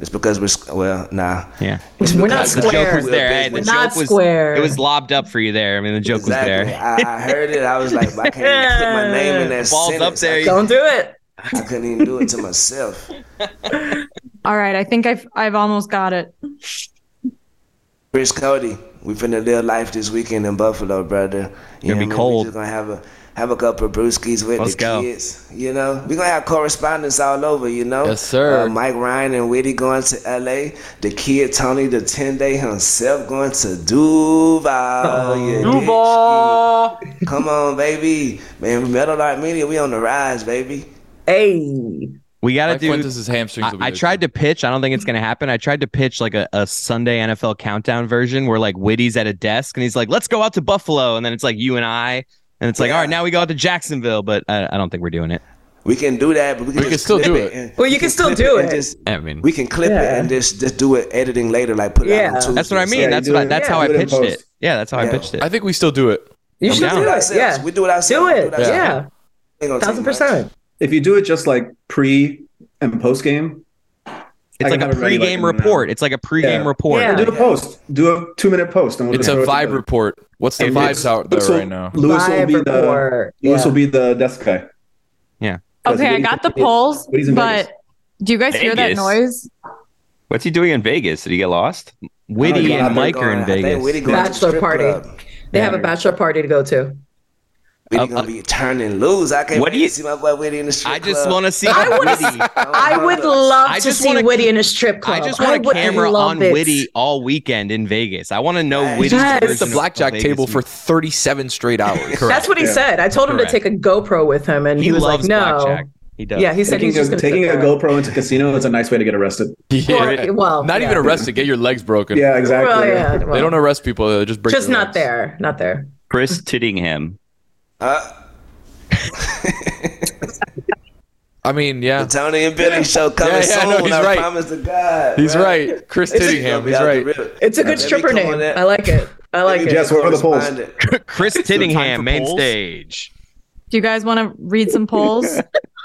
Speaker 7: It's because we're s- well, nah.
Speaker 8: Yeah.
Speaker 7: It's
Speaker 3: We're
Speaker 7: because
Speaker 8: The joke was there. eh? The
Speaker 7: We're
Speaker 8: joke
Speaker 7: not
Speaker 8: was,
Speaker 3: square.
Speaker 8: It was lobbed up for you there. I mean, the joke was
Speaker 7: Exactly.
Speaker 8: there.
Speaker 7: I, I heard it. I was like, I can't even put my name in that
Speaker 8: Balls up
Speaker 7: sentence.
Speaker 8: there.
Speaker 7: I-
Speaker 8: Don't
Speaker 3: do it.
Speaker 7: I couldn't even do it to myself.
Speaker 2: All right, I think I've I've almost got it.
Speaker 7: Chris Cody, we finna live life this weekend in Buffalo, brother. You
Speaker 8: Gonna be
Speaker 7: what I mean? We
Speaker 8: cold.
Speaker 7: just gonna have a have a couple of brewskis with
Speaker 8: Let's
Speaker 7: the
Speaker 8: go.
Speaker 7: kids. You know, we gonna have correspondence all over. You know, yes sir. Mike Ryan and Whitty going to L.A. The kid Tony, the ten day himself going to
Speaker 3: Oh,
Speaker 7: Duval. Duval. Come on, baby, man. Metal Art Media, we on the rise, baby.
Speaker 3: Hey.
Speaker 8: We got to
Speaker 7: Mike
Speaker 8: do.
Speaker 7: Fuentes' hamstrings will be
Speaker 8: I, I
Speaker 7: this
Speaker 8: tried to pitch. I don't think it's going to happen. I tried to pitch like a, a Sunday NFL countdown version where like Whitty's at a desk and he's like, let's go out to Buffalo. And then it's like you and I. And it's like, all right, now we go out to Jacksonville. But I, I don't think we're doing it.
Speaker 7: We can do that, but we can, just clip and-
Speaker 3: Well, you can still
Speaker 7: clip
Speaker 3: do
Speaker 7: and
Speaker 3: it.
Speaker 7: just-
Speaker 8: I mean,
Speaker 7: we can clip it and just just do it editing later, like put it out on Tuesday.
Speaker 8: That's what I mean. that's what I, that's how I pitched it. Yeah, that's how I
Speaker 7: Yeah.
Speaker 8: pitched it.
Speaker 1: I think we still do it.
Speaker 3: You
Speaker 8: I'm
Speaker 3: should
Speaker 8: down.
Speaker 3: do it. Yeah.
Speaker 7: We do it ourselves.
Speaker 3: Do
Speaker 7: We
Speaker 3: it.
Speaker 7: ourselves.
Speaker 3: Yeah.
Speaker 7: Ain't gonna take much.
Speaker 3: Thousand percent.
Speaker 9: If you do it just like pre and post game,
Speaker 8: It's like a pregame report. It's like a pregame report.
Speaker 9: do a post. Do a two minute post. And we'll
Speaker 1: It's
Speaker 9: just
Speaker 1: a
Speaker 9: throw it
Speaker 1: vibe
Speaker 9: together.
Speaker 1: report. What's the
Speaker 9: And
Speaker 1: vibes
Speaker 9: Lewis-
Speaker 1: out there
Speaker 9: Lewis will-
Speaker 1: right now?
Speaker 9: Lewis will
Speaker 3: Vibe
Speaker 9: be the
Speaker 3: report.
Speaker 9: Lewis
Speaker 3: Yeah.
Speaker 9: will be the desk guy.
Speaker 8: Yeah.
Speaker 2: Okay, I got the polls,
Speaker 9: But he's in
Speaker 2: but do you guys hear that
Speaker 4: Vegas.
Speaker 2: noise?
Speaker 4: What's he doing in Vegas? Did he get lost?
Speaker 3: Oh,
Speaker 8: Whitty and Mike are in Vegas.
Speaker 3: Bachelor party. They have a bachelor party to go to.
Speaker 7: We're gonna be turning loose. I can't
Speaker 8: What
Speaker 7: what
Speaker 8: do
Speaker 7: do
Speaker 8: you-
Speaker 7: see my boy Witty in the street.
Speaker 8: I just
Speaker 7: club.
Speaker 8: wanna see
Speaker 3: I wanna
Speaker 8: Whitty.
Speaker 3: I would love
Speaker 8: I
Speaker 3: to
Speaker 8: just
Speaker 3: see
Speaker 8: wanna
Speaker 3: Whitty in a strip club.
Speaker 8: I just want a
Speaker 3: would
Speaker 8: camera
Speaker 3: love
Speaker 8: on
Speaker 3: it.
Speaker 8: Whitty all weekend in Vegas. I want to know Whitty's
Speaker 3: Yes.
Speaker 8: version
Speaker 1: It's the
Speaker 8: of
Speaker 1: blackjack
Speaker 8: Vegas
Speaker 1: table for
Speaker 8: weekend.
Speaker 1: 37 straight hours.
Speaker 3: That's what he said. I told him
Speaker 8: Correct.
Speaker 3: to take a GoPro with him, and he,
Speaker 8: He
Speaker 3: was
Speaker 8: loves
Speaker 3: like, "No."
Speaker 8: blackjack. He does.
Speaker 3: Yeah, he said
Speaker 9: Taking
Speaker 3: he's just
Speaker 9: a,
Speaker 3: gonna
Speaker 9: taking a
Speaker 3: sit there.
Speaker 9: GoPro into casino is a nice way to get arrested.
Speaker 1: Yeah.
Speaker 3: well,
Speaker 1: not even
Speaker 3: yeah.
Speaker 1: arrested. Get your legs broken.
Speaker 9: Yeah, exactly.
Speaker 3: Well, yeah,
Speaker 1: They
Speaker 3: well,
Speaker 1: don't arrest people. They just break.
Speaker 3: just
Speaker 1: their
Speaker 3: not
Speaker 1: legs.
Speaker 3: there. Not there.
Speaker 4: Chris Tittingham.
Speaker 7: Uh,
Speaker 1: I mean, yeah.
Speaker 7: the Tony and Billy show coming
Speaker 1: Yeah, yeah, I
Speaker 7: soon.
Speaker 1: know, he's
Speaker 7: I
Speaker 1: right.
Speaker 7: promise to God.
Speaker 1: He's
Speaker 7: bro.
Speaker 1: right. Chris
Speaker 7: It's-
Speaker 1: Tittingham, he's
Speaker 7: Y'all
Speaker 1: right.
Speaker 7: the real-
Speaker 3: It's a
Speaker 7: Let
Speaker 3: good
Speaker 7: me
Speaker 3: stripper
Speaker 7: come on
Speaker 3: name.
Speaker 7: that.
Speaker 3: I like it. I like it.
Speaker 9: Jess, what are the polls?
Speaker 7: Responded.
Speaker 8: Chris Tittingham, main stage.
Speaker 2: Do you guys want to read some polls?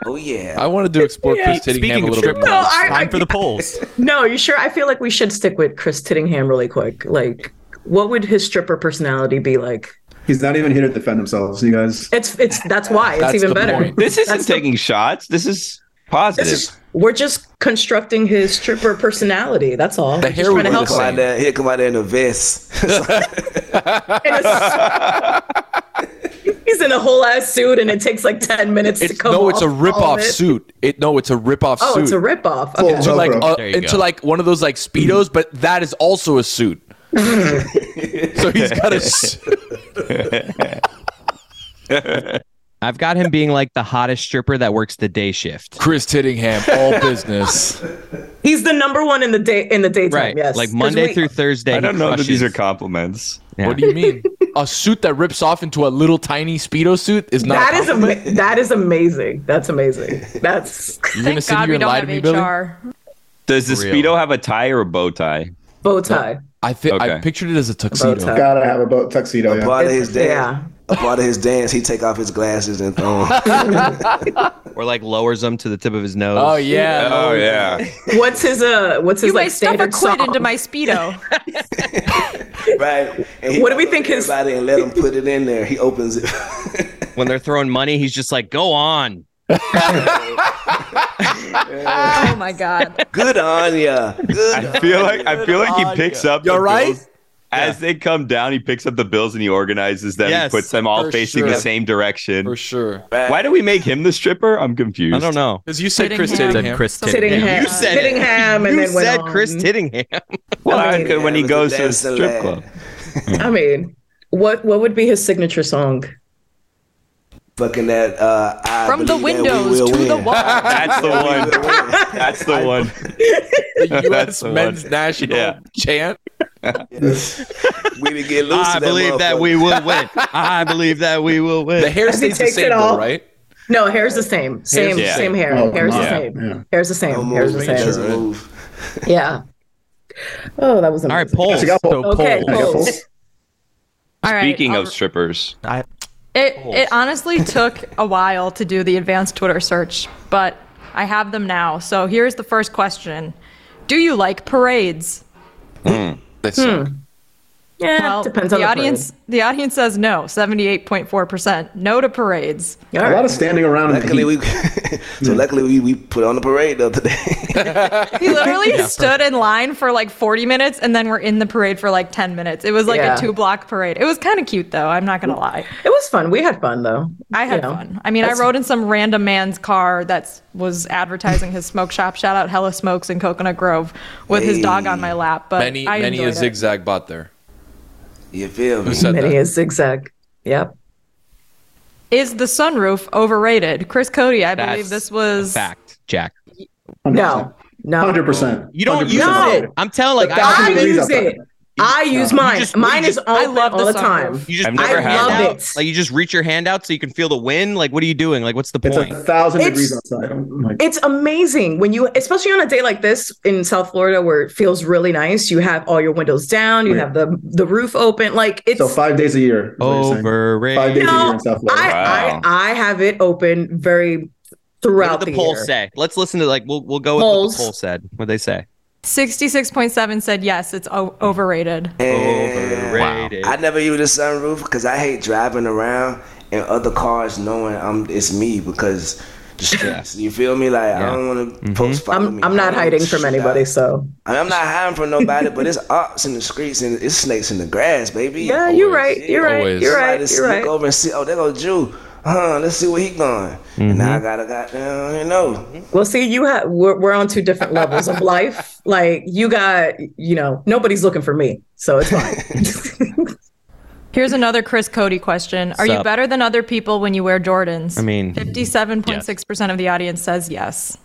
Speaker 7: Oh yeah.
Speaker 1: I wanted to explore
Speaker 3: Yeah.
Speaker 1: Chris Tittingham a little bit more.
Speaker 3: No, I- I-
Speaker 8: polls.
Speaker 3: No, you sure? I feel like we should stick with Chris Tittingham really quick. Like, what would his stripper personality be like?
Speaker 9: He's not even here to defend himself. You guys.
Speaker 3: It's it's that's why it's
Speaker 1: That's
Speaker 3: even
Speaker 1: the
Speaker 3: better.
Speaker 1: point.
Speaker 4: This isn't taking shots. This is positive.
Speaker 3: This is we're just constructing his stripper personality. That's all.
Speaker 1: The
Speaker 3: We're just
Speaker 1: hair
Speaker 3: trying
Speaker 1: would
Speaker 3: to
Speaker 1: be the
Speaker 3: help him.
Speaker 7: Come out
Speaker 1: same.
Speaker 7: there, he'll come out there in a vest.
Speaker 3: In a- He's in a whole ass suit, and it takes like ten minutes to
Speaker 1: It's,
Speaker 3: come.
Speaker 1: no, it's a
Speaker 3: off all of
Speaker 1: rip-off
Speaker 3: it.
Speaker 1: suit. It no, it's a rip-off
Speaker 3: Oh,
Speaker 1: suit.
Speaker 3: it's a rip off.
Speaker 9: Full
Speaker 3: Okay.
Speaker 1: into like
Speaker 9: GoPro.
Speaker 1: a,
Speaker 8: There you
Speaker 1: into
Speaker 8: go.
Speaker 1: like one of those like speedos, but that is also a suit. so he's got a suit.
Speaker 8: I've got him being like the hottest stripper that works the day shift.
Speaker 1: Chris Tittingham, all business.
Speaker 3: He's the number one in the day in the daytime.
Speaker 8: Right.
Speaker 3: Yes,
Speaker 8: Like
Speaker 3: 'Cause
Speaker 8: Monday
Speaker 3: we-
Speaker 8: through Thursday.
Speaker 4: I don't
Speaker 8: he
Speaker 4: know that these are
Speaker 8: crushes.
Speaker 4: compliments.
Speaker 8: Yeah.
Speaker 1: What do you mean? a suit that rips off into a little tiny speedo suit is not.
Speaker 3: That is ama- that is amazing. That's amazing. That's
Speaker 1: You're gonna
Speaker 2: Thank
Speaker 1: sit
Speaker 2: God
Speaker 1: here
Speaker 2: we
Speaker 1: and
Speaker 2: don't
Speaker 1: lie to
Speaker 2: have
Speaker 1: me, Billy?
Speaker 2: HR.
Speaker 4: Does the
Speaker 1: For real.
Speaker 4: speedo have a tie or a bow tie?
Speaker 3: bow tie.
Speaker 1: I think I
Speaker 4: Okay.
Speaker 1: pictured it as a tuxedo.
Speaker 3: tie.
Speaker 9: Gotta have a boat tuxedo.
Speaker 7: A
Speaker 9: Yeah.
Speaker 7: part of his dance.
Speaker 3: Yeah.
Speaker 7: A part of his dance, he take off his glasses and throw 'em.
Speaker 8: Or like lowers them to the tip of his nose.
Speaker 1: Oh yeah.
Speaker 4: Oh yeah.
Speaker 3: What's his uh? What's his
Speaker 2: You
Speaker 3: like
Speaker 2: may stuff a
Speaker 3: standard
Speaker 2: quid
Speaker 3: song?
Speaker 2: into my speedo.
Speaker 7: right. And he
Speaker 3: What do we
Speaker 7: upload
Speaker 3: think his-
Speaker 7: everybody and let him put it in there. He opens it.
Speaker 8: When they're throwing money, he's just like, go on.
Speaker 2: oh my god.
Speaker 7: Good on ya. Good.
Speaker 4: I feel like I feel like he picks up.
Speaker 1: You're
Speaker 4: the
Speaker 1: right?
Speaker 4: girls- As they come down, he picks up the bills and he organizes them.
Speaker 8: Yes,
Speaker 4: he puts them all
Speaker 8: for
Speaker 4: facing
Speaker 8: sure.
Speaker 4: the same direction. For
Speaker 1: sure.
Speaker 4: Why do we make him the stripper? I'm confused.
Speaker 8: I don't know.
Speaker 1: 'Cause you
Speaker 8: said Chris Tittingham. Tittingham. Said Chris
Speaker 3: Tittingham.
Speaker 4: You said it.
Speaker 3: Tittingham and
Speaker 4: You
Speaker 3: then went
Speaker 4: said Chris
Speaker 3: on.
Speaker 4: Tittingham. Well,
Speaker 3: I
Speaker 4: I
Speaker 3: mean,
Speaker 4: could- when
Speaker 3: yeah,
Speaker 4: he
Speaker 3: it was
Speaker 4: goes
Speaker 3: a
Speaker 4: to the
Speaker 3: dance
Speaker 4: strip
Speaker 3: lad.
Speaker 4: club.
Speaker 3: I mean, what what would be his signature song?
Speaker 7: Fucking that. Uh, I
Speaker 3: From the
Speaker 7: believe that we
Speaker 3: windows
Speaker 7: will
Speaker 3: to the
Speaker 7: win.
Speaker 3: wall.
Speaker 4: That's the one. That's the one.
Speaker 1: The
Speaker 4: That's
Speaker 1: U.S.
Speaker 4: the
Speaker 1: men's
Speaker 4: one.
Speaker 1: national
Speaker 4: Yeah.
Speaker 1: chant.
Speaker 7: we would get loose.
Speaker 8: I
Speaker 7: to
Speaker 8: believe that we will win. I believe that we will win.
Speaker 1: The hair
Speaker 3: As he
Speaker 1: stays the
Speaker 3: takes it
Speaker 1: same, though,
Speaker 3: all.
Speaker 1: right?
Speaker 3: No, hair's the same. Same
Speaker 1: the
Speaker 3: same
Speaker 1: same.
Speaker 3: hair.
Speaker 1: Oh,
Speaker 3: hair's, the
Speaker 1: yeah.
Speaker 3: same. hair's the same. Hair's the same.
Speaker 7: Doesn't move.
Speaker 3: Yeah. Oh, that was amazing.
Speaker 8: All right, polls.
Speaker 3: Check out
Speaker 8: So
Speaker 3: polls. Okay,
Speaker 8: polls.
Speaker 3: polls.
Speaker 2: All right.
Speaker 4: Speaking
Speaker 2: I'll-
Speaker 4: of strippers,
Speaker 8: I,
Speaker 2: It it honestly took a while to do the advanced Twitter search, but I have them now. So here's the first question: Do you like parades?
Speaker 4: Hmm.
Speaker 1: That's
Speaker 2: Yeah,
Speaker 3: depends
Speaker 2: the
Speaker 3: on the
Speaker 2: audience. The audience says no. Seventy-eight point four percent no to parades.
Speaker 9: A lot of standing around. in the Hmm.
Speaker 7: Luckily, we so luckily we, we put on the parade the other day.
Speaker 2: He literally stood in line for like forty minutes, and then we're in the parade for like ten minutes. It was like
Speaker 3: Yeah.
Speaker 2: a two-block parade. It was kind of cute, though. I'm not gonna lie.
Speaker 3: It was fun. We had fun though.
Speaker 2: I had
Speaker 3: You know,
Speaker 2: fun. I mean, I
Speaker 3: that's-
Speaker 2: rode in some random man's car that was advertising his smoke shop. Shout out Hella Smokes in Coconut Grove with his dog on my lap. But
Speaker 1: many
Speaker 2: I
Speaker 1: many
Speaker 2: enjoyed
Speaker 1: a
Speaker 2: it.
Speaker 1: zigzag bot there.
Speaker 7: You feel
Speaker 1: Who said
Speaker 3: Many
Speaker 1: that?
Speaker 3: a zigzag. Yep.
Speaker 2: Is the sunroof overrated? Chris Cody, I believe this was.
Speaker 8: fact, Jack.
Speaker 3: No. No.
Speaker 9: Hundred percent.
Speaker 8: You
Speaker 9: 100%.
Speaker 8: don't use it.
Speaker 3: No.
Speaker 8: I'm telling. Like,
Speaker 3: I
Speaker 8: I,
Speaker 3: use it. I use mine.
Speaker 8: just-
Speaker 3: mine
Speaker 8: you
Speaker 3: is open
Speaker 2: love
Speaker 3: all
Speaker 2: the
Speaker 3: the time.
Speaker 8: you just
Speaker 4: I've
Speaker 8: put your
Speaker 4: never
Speaker 3: I
Speaker 8: hand
Speaker 3: love
Speaker 8: out.
Speaker 3: it.
Speaker 8: Like you just reach your hand out so you can feel the wind. Like what are you doing? Like what's the
Speaker 9: It's
Speaker 8: point?
Speaker 9: a thousand
Speaker 3: It's-
Speaker 9: degrees outside. I'm like,
Speaker 3: It's amazing when you, especially on a day like this in South Florida, where it feels really nice. You have all your windows down. You
Speaker 9: Yeah.
Speaker 3: have the the roof open. Like it's
Speaker 9: so five days a year. is what you're saying. Five days
Speaker 8: Overrated.
Speaker 9: a year
Speaker 3: no.
Speaker 9: in South Florida.
Speaker 3: I,
Speaker 4: Wow.
Speaker 3: I I have it open very
Speaker 8: What
Speaker 3: throughout
Speaker 8: did
Speaker 3: the,
Speaker 8: the poll
Speaker 3: year.
Speaker 8: say? Let's listen to like we'll we'll go with
Speaker 3: Polls.
Speaker 8: what the poll said. What they say?
Speaker 2: 66.7 said yes, it's o- overrated.
Speaker 3: Oh, eh?
Speaker 8: Overrated.
Speaker 7: I never use the sunroof because I hate driving around in other cars knowing I'm it's me because the streets. You feel me? Like I don't want to post follow me.
Speaker 3: Mm-hmm.
Speaker 7: Oh,
Speaker 3: I'm I'm not
Speaker 7: I don't
Speaker 3: hiding
Speaker 7: wanna
Speaker 3: from
Speaker 7: shoot
Speaker 3: anybody.
Speaker 7: out.
Speaker 3: So
Speaker 7: I mean, I'm not hiding from nobody, but it's ops in the streets and it's snakes in the grass, baby.
Speaker 3: yeah, you're right. You're right.
Speaker 1: Always.
Speaker 3: You're
Speaker 7: I
Speaker 3: right.
Speaker 7: just
Speaker 3: You're right.
Speaker 7: look over and see. Oh, there go Jew. Huh? Let's see where he going. And now I
Speaker 8: Mm-hmm.
Speaker 7: gotta goddamn, you know.
Speaker 3: Well, see, you have we're, we're on two different levels of life. Like you got, you know, nobody's looking for me, so it's fine.
Speaker 2: Here's another Chris Cody question Are you
Speaker 8: Sup?
Speaker 2: better than other people when you wear Jordans?
Speaker 8: I mean,
Speaker 2: 57.6% of the audience says yes.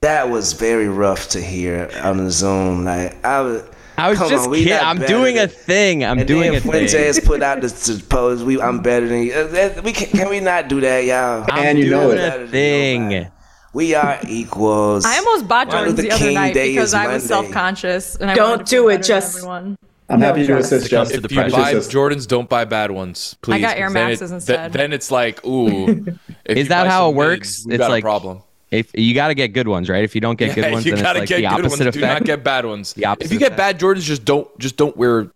Speaker 7: That was very rough to hear on the Zoom. Like I was.
Speaker 8: I was
Speaker 7: come
Speaker 8: just
Speaker 7: on, we
Speaker 8: kidding.
Speaker 7: not
Speaker 8: I'm
Speaker 7: better
Speaker 8: doing a
Speaker 7: than-
Speaker 8: thing. I'm
Speaker 7: and
Speaker 8: doing
Speaker 7: then
Speaker 8: a thing.
Speaker 7: Fuentes put out this this post. We, I'm better than you. Uh, that- we can, can we not do that, y'all?
Speaker 8: I'm
Speaker 9: And you know
Speaker 8: doing
Speaker 9: it.
Speaker 8: a thing.
Speaker 7: We are equals.
Speaker 2: I almost bought
Speaker 7: Martin
Speaker 2: Jordans
Speaker 7: Luther
Speaker 2: the other
Speaker 7: King
Speaker 2: night
Speaker 7: Day
Speaker 2: because
Speaker 7: is
Speaker 2: I was
Speaker 7: Monday.
Speaker 2: self conscious and I
Speaker 3: Don't
Speaker 2: wanted to
Speaker 3: do
Speaker 2: be
Speaker 3: it,
Speaker 2: better than
Speaker 3: just-
Speaker 2: everyone.
Speaker 9: I'm happy
Speaker 3: No,
Speaker 9: to
Speaker 3: Jess.
Speaker 9: assist,
Speaker 8: comes
Speaker 9: Jeff.
Speaker 8: to the
Speaker 9: If you
Speaker 8: price.
Speaker 9: just
Speaker 1: Buy
Speaker 9: assist.
Speaker 1: Jordans, don't buy bad ones, please.
Speaker 2: got Air
Speaker 1: 'cause then
Speaker 2: Maxes
Speaker 1: th-
Speaker 2: instead.
Speaker 1: then it's like, ooh, if
Speaker 8: Is
Speaker 1: you
Speaker 8: that
Speaker 1: buy
Speaker 8: how
Speaker 1: some
Speaker 8: it
Speaker 1: mids,
Speaker 8: works?
Speaker 1: we
Speaker 8: It's
Speaker 1: got a
Speaker 8: like-
Speaker 1: problem.
Speaker 8: If you got to get good ones, right? If you don't get
Speaker 1: Yeah,
Speaker 8: good ones,
Speaker 1: you
Speaker 8: then it's
Speaker 1: gotta
Speaker 8: like
Speaker 1: get
Speaker 8: the
Speaker 1: good ones.
Speaker 8: opposite
Speaker 1: Do not
Speaker 8: effect.
Speaker 1: get bad ones.
Speaker 8: The opposite
Speaker 1: If you get bad
Speaker 8: effect.
Speaker 1: Jordans, just don't just don't wear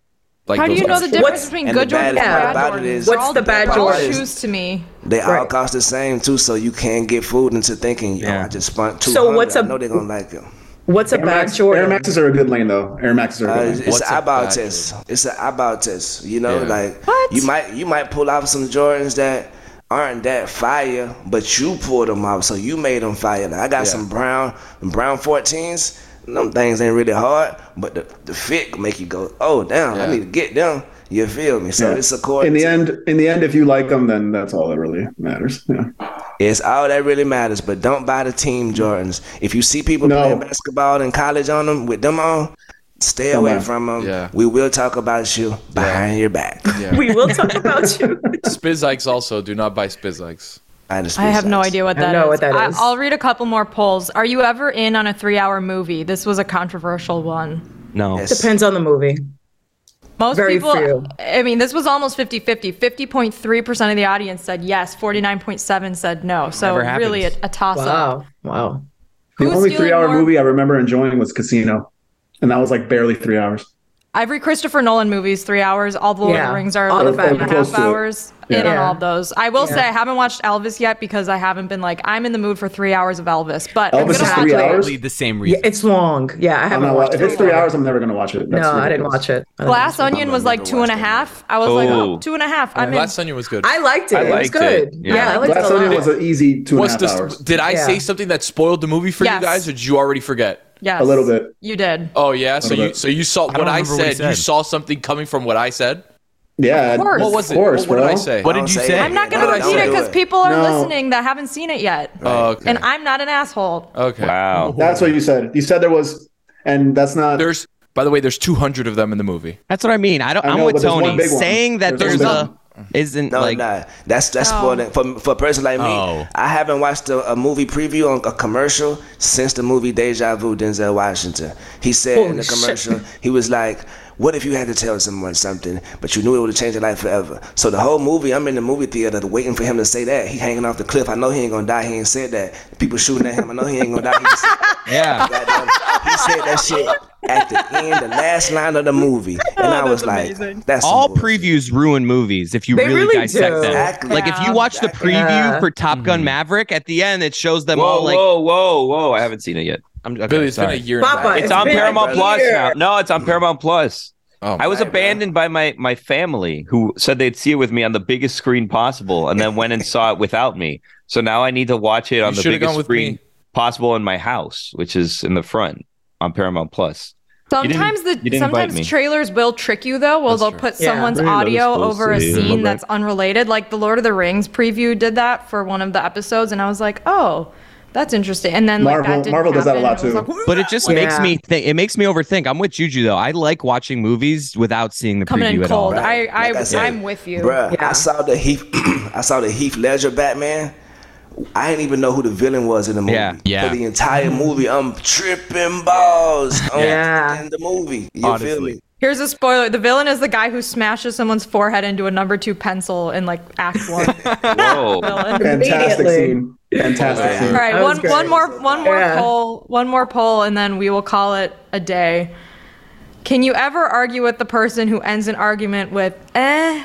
Speaker 1: like
Speaker 2: How do
Speaker 1: those
Speaker 2: you know
Speaker 1: kinds
Speaker 2: the
Speaker 1: of-
Speaker 2: difference between
Speaker 7: and
Speaker 2: good
Speaker 7: the
Speaker 2: Jordans and
Speaker 7: bad part
Speaker 2: bad
Speaker 7: about it
Speaker 2: Jordans?
Speaker 7: is-
Speaker 2: They're
Speaker 3: What's
Speaker 2: all-
Speaker 3: the bad
Speaker 2: they're all
Speaker 3: Jordans?
Speaker 2: shoes to me.
Speaker 7: They all
Speaker 3: Right.
Speaker 7: cost the same too, so you can't get fooled into thinking, yeah.
Speaker 8: Yeah.
Speaker 7: "Oh, I just spent two
Speaker 3: So
Speaker 7: hundred.
Speaker 3: what's
Speaker 7: I
Speaker 3: a-
Speaker 7: know they're gonna like them."
Speaker 3: What's a
Speaker 9: Air,
Speaker 3: bad
Speaker 9: Max,
Speaker 3: Jordan?
Speaker 9: Air Maxes are a good lane though. Air Maxes are a
Speaker 7: Uh,
Speaker 9: good
Speaker 7: it's
Speaker 9: lane.
Speaker 7: it's
Speaker 1: What's
Speaker 7: an
Speaker 1: a
Speaker 7: eyeball
Speaker 1: bad
Speaker 7: test. It's an eyeball test. You know,
Speaker 1: Yeah.
Speaker 7: like
Speaker 2: What?
Speaker 7: you might you might pull off some Jordans that aren't that fire, but you pulled them off, so you made them fire. Like, I got some brown brown 14s. Them things ain't really hard, but the, the fit make you go, oh damn, I
Speaker 1: Yeah.
Speaker 7: need to get them. You feel me? So
Speaker 9: Yeah.
Speaker 7: it's according.
Speaker 9: in the
Speaker 7: to-
Speaker 9: end, in the end, if you like them, then that's all that really matters. Yeah.
Speaker 7: It's all that really matters, but don't buy the team Jordans. If you see people
Speaker 9: No.
Speaker 7: playing basketball in college on them with them on, stay
Speaker 9: Don't
Speaker 7: away
Speaker 9: buy 'em.
Speaker 7: from them.
Speaker 1: Yeah.
Speaker 7: We will talk about you behind your back.
Speaker 1: Yeah.
Speaker 3: we will talk about you.
Speaker 1: Spizikes also do not buy Spizikes.
Speaker 2: I have no idea what
Speaker 3: I don't
Speaker 2: that
Speaker 3: know
Speaker 2: is.
Speaker 3: what that is.
Speaker 2: I, I'll read a couple more polls. Are you ever in on a three hour movie? This was a controversial one.
Speaker 8: No.
Speaker 3: Depends on the movie.
Speaker 2: Most
Speaker 3: Very
Speaker 2: people,
Speaker 3: few.
Speaker 2: I mean, this was almost 50 50. 50.3% of the audience said yes, 49.7 said no. So,
Speaker 8: Never happens.
Speaker 2: really, a, a toss up.
Speaker 3: Wow. Wow.
Speaker 9: The
Speaker 2: Who's
Speaker 9: only
Speaker 2: stealing
Speaker 9: three-hour
Speaker 2: more-
Speaker 9: movie I remember enjoying was Casino, and that was like barely three hours.
Speaker 2: Every Christopher Nolan movie is three hours. All the Lord of
Speaker 3: Yeah.
Speaker 2: the Rings are
Speaker 3: All
Speaker 2: like
Speaker 3: of
Speaker 2: five
Speaker 3: them.
Speaker 2: and a
Speaker 3: Close
Speaker 2: half
Speaker 3: to it.
Speaker 2: hours. In
Speaker 3: Yeah.
Speaker 2: on all of those. I will say
Speaker 3: Yeah.
Speaker 2: I haven't watched Elvis yet because I haven't been like I'm in the mood for three hours of Elvis. But I'm
Speaker 9: Elvis is
Speaker 2: gonna have
Speaker 9: three
Speaker 2: to-
Speaker 9: hours.
Speaker 6: The same
Speaker 3: Yeah,
Speaker 6: reason.
Speaker 3: it's long. Yeah, I
Speaker 9: I'm
Speaker 3: haven't
Speaker 9: not wa-
Speaker 3: watched
Speaker 9: Oh, If
Speaker 3: it.
Speaker 9: it's three hours, I'm never gonna watch it. That's
Speaker 3: No, I didn't
Speaker 9: ridiculous.
Speaker 3: watch it. I don't
Speaker 2: Glass Onion was like two and a half. I was like,
Speaker 9: Oh.
Speaker 2: oh, two and a half. I'm in.
Speaker 1: Last Onion was good.
Speaker 3: I liked it.
Speaker 9: I
Speaker 3: it was
Speaker 9: liked it.
Speaker 3: good. Yeah, I liked
Speaker 9: Glass
Speaker 3: it a
Speaker 9: Onion
Speaker 3: lot.
Speaker 9: was an easy two and a
Speaker 1: What's
Speaker 9: half
Speaker 1: this-
Speaker 9: hours.
Speaker 1: Did I
Speaker 3: Yeah.
Speaker 1: say something that spoiled the movie for
Speaker 2: Yes.
Speaker 1: you guys, or did you already forget?
Speaker 2: Yes.
Speaker 9: A little bit.
Speaker 2: You did.
Speaker 1: Oh yeah, so
Speaker 9: Little
Speaker 1: you
Speaker 9: bit.
Speaker 1: so you saw
Speaker 9: I don't
Speaker 1: what I
Speaker 9: remember what he
Speaker 1: said, You
Speaker 9: said.
Speaker 1: saw something coming from what I said.
Speaker 9: Yeah.
Speaker 2: Of course.
Speaker 1: What was it?
Speaker 9: Of course,
Speaker 1: what, what did
Speaker 9: bro.
Speaker 1: I say?
Speaker 9: What did you Don't say say? it.
Speaker 2: I'm not going to
Speaker 9: What did I
Speaker 2: repeat it
Speaker 9: say?
Speaker 2: because people are
Speaker 9: No.
Speaker 2: listening that haven't seen it yet.
Speaker 1: Oh, okay.
Speaker 2: And I'm not an asshole.
Speaker 1: Okay.
Speaker 4: Wow.
Speaker 9: That's what you said. You said there was, and that's not.
Speaker 1: There's, by the way, there's 200 of them in the movie.
Speaker 8: That's what I mean. I don't.
Speaker 9: I
Speaker 8: I am
Speaker 9: know,
Speaker 8: with
Speaker 9: but there's one
Speaker 8: Tony
Speaker 9: big one.
Speaker 8: saying that
Speaker 9: There's
Speaker 8: there's,
Speaker 9: one big
Speaker 8: a isn't
Speaker 7: No,
Speaker 8: like
Speaker 7: nah, that's that's spoiling for for a person like me.
Speaker 8: Oh.
Speaker 7: I haven't watched a, a movie preview on a commercial since the movie Deja Vu. Denzel Washington. He said in
Speaker 3: Holy
Speaker 7: the
Speaker 3: shit.
Speaker 7: commercial, he was like, "What if you had to tell someone something, but you knew it would change their life forever?" So the whole movie, I'm in the movie theater waiting for him to say that. He hanging off the cliff. I know he ain't gonna die. He ain't said that. People shooting at him. I know he ain't gonna die. He ain't said
Speaker 8: yeah.
Speaker 7: Goddamn, he said that shit at the end, the last line of the movie, and I was like, "That's some
Speaker 8: all
Speaker 7: bull-
Speaker 8: previews ruin movies if you
Speaker 7: They
Speaker 8: really,
Speaker 7: really
Speaker 8: dissect
Speaker 7: do.
Speaker 8: them.
Speaker 7: Exactly.
Speaker 8: Like if you watch the preview
Speaker 7: Yeah.
Speaker 8: for Top
Speaker 9: Mm-hmm.
Speaker 8: Gun Maverick, at the end it shows them all
Speaker 4: Whoa,
Speaker 8: like
Speaker 4: whoa, whoa, whoa! I haven't seen it yet.
Speaker 8: I'm okay,
Speaker 1: Billy, it's been
Speaker 8: sorry.
Speaker 1: a year and
Speaker 3: Papa,
Speaker 4: It's,
Speaker 3: it's
Speaker 4: on
Speaker 3: been a
Speaker 4: Paramount Plus
Speaker 3: year.
Speaker 4: now. No, it's on Paramount Plus.
Speaker 1: Oh,
Speaker 4: I was abandoned by my my family, who said they'd see it with me on the biggest screen possible, and then went and saw it without me. So now I need to watch it on the
Speaker 1: should've gone
Speaker 4: biggest
Speaker 1: with
Speaker 4: screen
Speaker 1: me.
Speaker 4: possible in my house, which is in the front on Paramount Plus. You didn't-
Speaker 2: Sometimes
Speaker 4: you
Speaker 2: the
Speaker 4: didn't invite
Speaker 2: sometimes
Speaker 4: me.
Speaker 2: trailers will trick you though. Well, they'll put
Speaker 3: Yeah.
Speaker 2: someone's
Speaker 4: Really, that was
Speaker 2: audio
Speaker 4: close
Speaker 2: over
Speaker 4: to
Speaker 2: a
Speaker 4: you.
Speaker 2: scene
Speaker 4: Remember.
Speaker 2: that's unrelated. Like the Lord of the Rings preview did that for one of the episodes, and I was like, oh, that's interesting. And then like,
Speaker 9: Marvel-
Speaker 2: that didn't
Speaker 9: Marvel does that a
Speaker 2: happen,
Speaker 9: lot,
Speaker 2: and I was
Speaker 9: too.
Speaker 2: like,
Speaker 8: But it just makes me think. It makes me overthink. I'm with Juju though. I like watching movies without seeing the
Speaker 2: coming
Speaker 8: preview
Speaker 2: in
Speaker 8: at all.
Speaker 2: cold. I, I,
Speaker 7: Like I said,
Speaker 2: I'm with you.
Speaker 7: Bruh, I saw the Heath, I saw the Heath Ledger Batman. I didn't even know who the villain was in the movie.
Speaker 8: Yeah, yeah.
Speaker 7: For the entire movie, I'm tripping balls. on
Speaker 3: Yeah.
Speaker 7: In the movie, you feel me?
Speaker 2: Here's a spoiler: the villain is the guy who smashes someone's forehead into a number two pencil in like Act One.
Speaker 8: Oh.
Speaker 4: Whoa!
Speaker 2: villain.
Speaker 9: Fantastic
Speaker 3: Immediately.
Speaker 9: scene. Fantastic
Speaker 2: All
Speaker 9: scene.
Speaker 2: right,
Speaker 3: That was
Speaker 2: one
Speaker 3: great.
Speaker 2: one more one more
Speaker 3: Yeah.
Speaker 2: poll, one more poll, and then we will call it a day. Can you ever argue with the person who ends an argument with eh?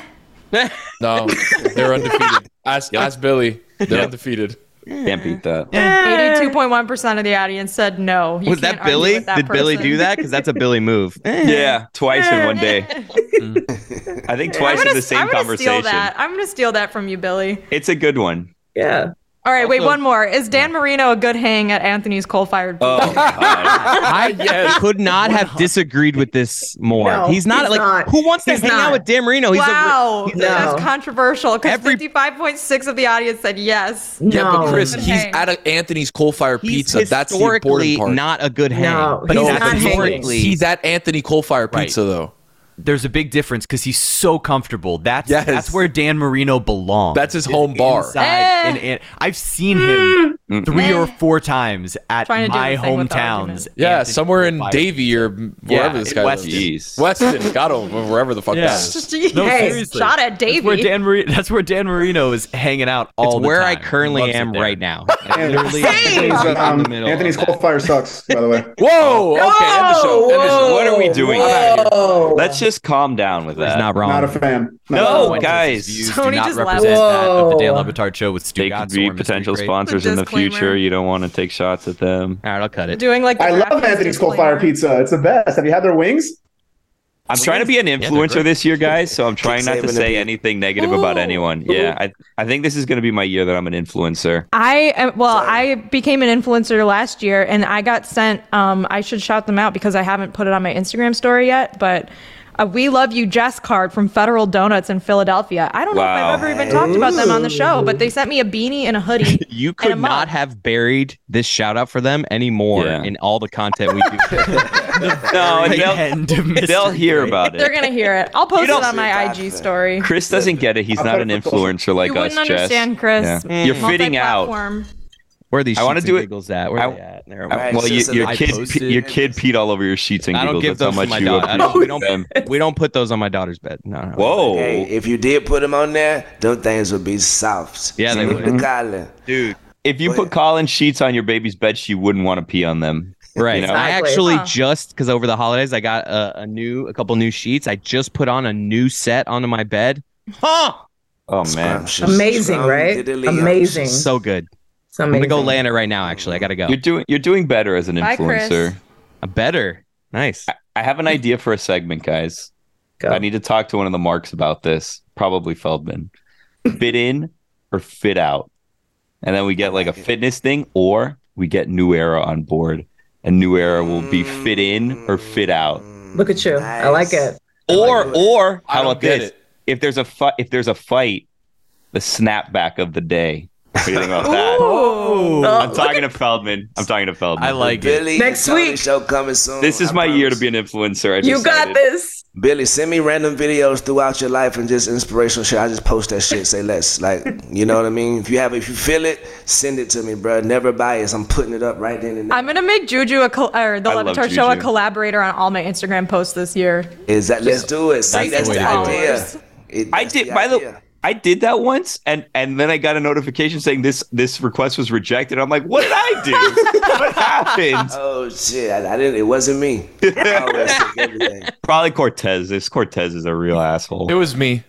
Speaker 1: No, they're undefeated. Ask, ask Billy. They're undefeated.
Speaker 4: Can't beat that.
Speaker 3: Eh."
Speaker 2: Eighty-two point one percent of the audience said no. You
Speaker 8: was
Speaker 2: can't
Speaker 8: that
Speaker 2: argue
Speaker 8: Billy?
Speaker 2: with that
Speaker 8: Did Billy
Speaker 2: person. Eh.
Speaker 8: do that? Because that's a Billy move. Eh.
Speaker 4: Yeah, twice in one day.
Speaker 1: Mm.
Speaker 4: I think
Speaker 2: I'm
Speaker 4: twice
Speaker 2: gonna,
Speaker 4: in the same
Speaker 2: I'm gonna Steal
Speaker 4: conversation.
Speaker 2: that. I'm gonna steal that from you, Billy.
Speaker 4: It's a good one.
Speaker 3: Yeah.
Speaker 2: All right, wait,
Speaker 8: Also-
Speaker 2: one more. Is Dan Marino a good hang at Anthony's coal-fired?
Speaker 4: Oh, God.
Speaker 8: I could not have disagreed with this more.
Speaker 3: No,
Speaker 8: he's not
Speaker 3: he's
Speaker 8: like
Speaker 3: not.
Speaker 8: who wants to
Speaker 3: He's
Speaker 8: hang out
Speaker 3: not.
Speaker 8: with Dan Marino. He's
Speaker 2: wow,
Speaker 8: a, he's
Speaker 3: No.
Speaker 2: that's controversial because
Speaker 8: Every-
Speaker 2: fifty-five point six of the audience said yes.
Speaker 3: No.
Speaker 1: Yeah, but Chris,
Speaker 2: Good
Speaker 1: he's
Speaker 2: hang.
Speaker 1: at a, Anthony's coal fire
Speaker 8: he's
Speaker 1: pizza. That's the
Speaker 8: historically
Speaker 1: important part.
Speaker 8: not a good hang.
Speaker 3: No,
Speaker 8: but
Speaker 3: he's
Speaker 8: he's
Speaker 3: not
Speaker 1: but
Speaker 3: hanging.
Speaker 8: historically
Speaker 1: he's at Anthony coal fire pizza though.
Speaker 6: There's a big difference because he's so comfortable. That's
Speaker 1: Yes.
Speaker 6: that's where Dan Marino belongs.
Speaker 1: That's his
Speaker 6: Just
Speaker 1: home bar.
Speaker 6: inside
Speaker 2: Eh. Hmm.
Speaker 6: in An- I've seen him three or four times at
Speaker 2: Trying to do
Speaker 6: my
Speaker 2: this thing with the
Speaker 6: hometowns.
Speaker 1: Yeah,
Speaker 6: Anthony
Speaker 1: somewhere in
Speaker 6: Fire.
Speaker 1: Davie or m- wherever
Speaker 6: Yeah,
Speaker 1: this
Speaker 6: in
Speaker 1: guy
Speaker 6: Weston.
Speaker 1: lives.
Speaker 4: Jeez.
Speaker 1: Weston, got him wherever the fuck
Speaker 6: Yeah.
Speaker 1: that is.
Speaker 2: Just-
Speaker 6: No,
Speaker 2: hey,
Speaker 6: seriously.
Speaker 2: shot at
Speaker 6: That's where
Speaker 2: Davey.
Speaker 6: Dan Mar- That's where Dan Marino is hanging out all
Speaker 8: it's
Speaker 6: the
Speaker 8: where
Speaker 6: time.
Speaker 8: I
Speaker 6: He
Speaker 8: currently
Speaker 6: loves it
Speaker 8: am
Speaker 6: there.
Speaker 8: right now.
Speaker 9: And-
Speaker 8: Literally,
Speaker 9: Anthony's,
Speaker 8: I'm in the
Speaker 9: um,
Speaker 8: middle
Speaker 9: Anthony's
Speaker 8: of that.
Speaker 9: coal fire sucks. By the way,
Speaker 1: Whoa! Oh, Okay, end the show. End the show.
Speaker 4: What are we doing?
Speaker 3: Whoa.
Speaker 4: Let's just calm down with
Speaker 6: He's
Speaker 4: that.
Speaker 6: not wrong.
Speaker 9: Oh, not a fan. Not a
Speaker 4: no,
Speaker 9: fan.
Speaker 4: guys.
Speaker 6: Views
Speaker 2: Tony
Speaker 6: do not
Speaker 2: just
Speaker 6: represent that of the Dan Levitard show with Stu
Speaker 4: They
Speaker 6: Gatz
Speaker 4: could be
Speaker 6: or Mr.
Speaker 4: potential
Speaker 6: Great.
Speaker 4: sponsors in the
Speaker 2: Disclaimer.
Speaker 4: future. You don't want to take shots at them.
Speaker 8: All right, I'll cut it.
Speaker 2: doing like the
Speaker 9: I love
Speaker 2: DraftKings
Speaker 9: Anthony's coal fire
Speaker 2: disclaimer.
Speaker 9: pizza. It's the best. Have you had their wings?
Speaker 4: I'm trying to be an
Speaker 8: they're
Speaker 4: influencer
Speaker 8: great.
Speaker 4: this year, guys. So I'm trying not
Speaker 7: saving
Speaker 4: to
Speaker 7: the
Speaker 4: say
Speaker 7: beat.
Speaker 4: anything negative about
Speaker 2: Ooh.
Speaker 4: anyone. Yeah, I, I think this is going to be my year that I'm an influencer.
Speaker 2: I am, well, I became an influencer last year, and I got sent. Um, I should shout them out because I haven't put it on my Instagram story yet. But a "We Love You" Jess card from Federal Donuts in Philadelphia. I don't know if
Speaker 4: Wow.
Speaker 2: I've ever even talked about them on the show, but they sent me a beanie and a hoodie.
Speaker 8: You
Speaker 2: and a
Speaker 8: could not
Speaker 2: mug.
Speaker 8: have buried this shout out for them anymore
Speaker 4: Yeah.
Speaker 8: in all the content we do.
Speaker 4: No, and they'll,
Speaker 6: End of Mr.
Speaker 4: they'll hear about
Speaker 2: They're
Speaker 4: it.
Speaker 2: gonna hear it. I'll post it
Speaker 4: don't
Speaker 2: on my
Speaker 7: say
Speaker 2: IG
Speaker 7: that.
Speaker 2: story.
Speaker 4: Chris doesn't get it. He's not an influencer like
Speaker 2: you
Speaker 4: us,
Speaker 2: wouldn't
Speaker 4: Jess.
Speaker 2: understand, Chris. Mm.
Speaker 4: Yeah. You're fitting out.
Speaker 2: Multi-platform.
Speaker 8: Where are these
Speaker 4: I
Speaker 8: sheets
Speaker 4: wanna
Speaker 8: and
Speaker 4: do it-
Speaker 8: giggles at? Where are
Speaker 4: I-
Speaker 8: they at? There.
Speaker 7: I-
Speaker 4: Well, you,
Speaker 7: Since
Speaker 4: your
Speaker 7: I
Speaker 4: kid,
Speaker 6: posted-
Speaker 4: your kid peed all over your sheets and
Speaker 8: I don't
Speaker 4: giggles.
Speaker 8: give
Speaker 4: That's how
Speaker 8: those to
Speaker 4: much
Speaker 8: my
Speaker 4: you
Speaker 8: daughter. I don't, we,
Speaker 4: appreciate
Speaker 8: don't,
Speaker 4: them.
Speaker 8: we don't put those on my daughter's bed. No. no.
Speaker 4: Whoa,
Speaker 7: Hey, if you did put them on there, them things would be soft.
Speaker 8: Yeah, they
Speaker 7: Salute
Speaker 8: would. Mm-hmm.
Speaker 7: to Colin.
Speaker 4: dude! if you put Colin sheets on your baby's bed, she wouldn't want to pee on them.
Speaker 8: Right.
Speaker 4: You know?
Speaker 8: I actually just because over the holidays I got a, a new a couple new sheets. I just put on a new set onto my bed. Huh. Oh man.
Speaker 3: Amazing, right? Amazing.
Speaker 8: So good. I'm gonna go lay in it right now. Actually, I gotta go.
Speaker 4: You're doing you're doing better as an
Speaker 8: Bye, Chris.
Speaker 4: influencer.
Speaker 8: I'm better. Nice.
Speaker 4: I, I have an idea for a segment, guys. I need to talk to one of the marks about this. Probably Feldman. Fit in or fit out. And then we get like a fitness thing, or we get New Era on board. And New Era will be fit in or fit out.
Speaker 3: Look at you. I like it.
Speaker 4: Or or
Speaker 3: I
Speaker 4: how
Speaker 3: don't
Speaker 4: about
Speaker 3: get
Speaker 4: this? If there's a fight, if there's a fight, the snapback of the day. What do you think about that?
Speaker 3: Ooh.
Speaker 4: I'm talking to Feldman. I'm talking to Feldman. I like
Speaker 7: Billy next week show coming soon.
Speaker 4: This is my year to be an influencer. I
Speaker 7: You got
Speaker 4: decided.
Speaker 3: this.
Speaker 7: Billy, send me random videos throughout your life and just inspirational shit. I just post that shit. Say less, like you know what I mean. If you have, if you feel it, send it to me, bro. Never bias. I'm putting it up right then and there.
Speaker 2: I'm gonna make Juju a col- or the
Speaker 7: I love
Speaker 2: Levitar Show a
Speaker 7: Juju.
Speaker 2: collaborator on all my Instagram posts this year.
Speaker 7: Is that? Let's do it. See, that's,
Speaker 4: That's the
Speaker 7: the,
Speaker 4: way to do it.
Speaker 7: idea.
Speaker 4: I did. by the, I did that once, and and then I got a notification saying this this request was rejected. I'm like, what did I do? what happened?
Speaker 7: Oh shit! I, I didn't. It wasn't me. I always take everything.
Speaker 4: Probably Cortez. This Cortez is a real asshole. It
Speaker 1: was me.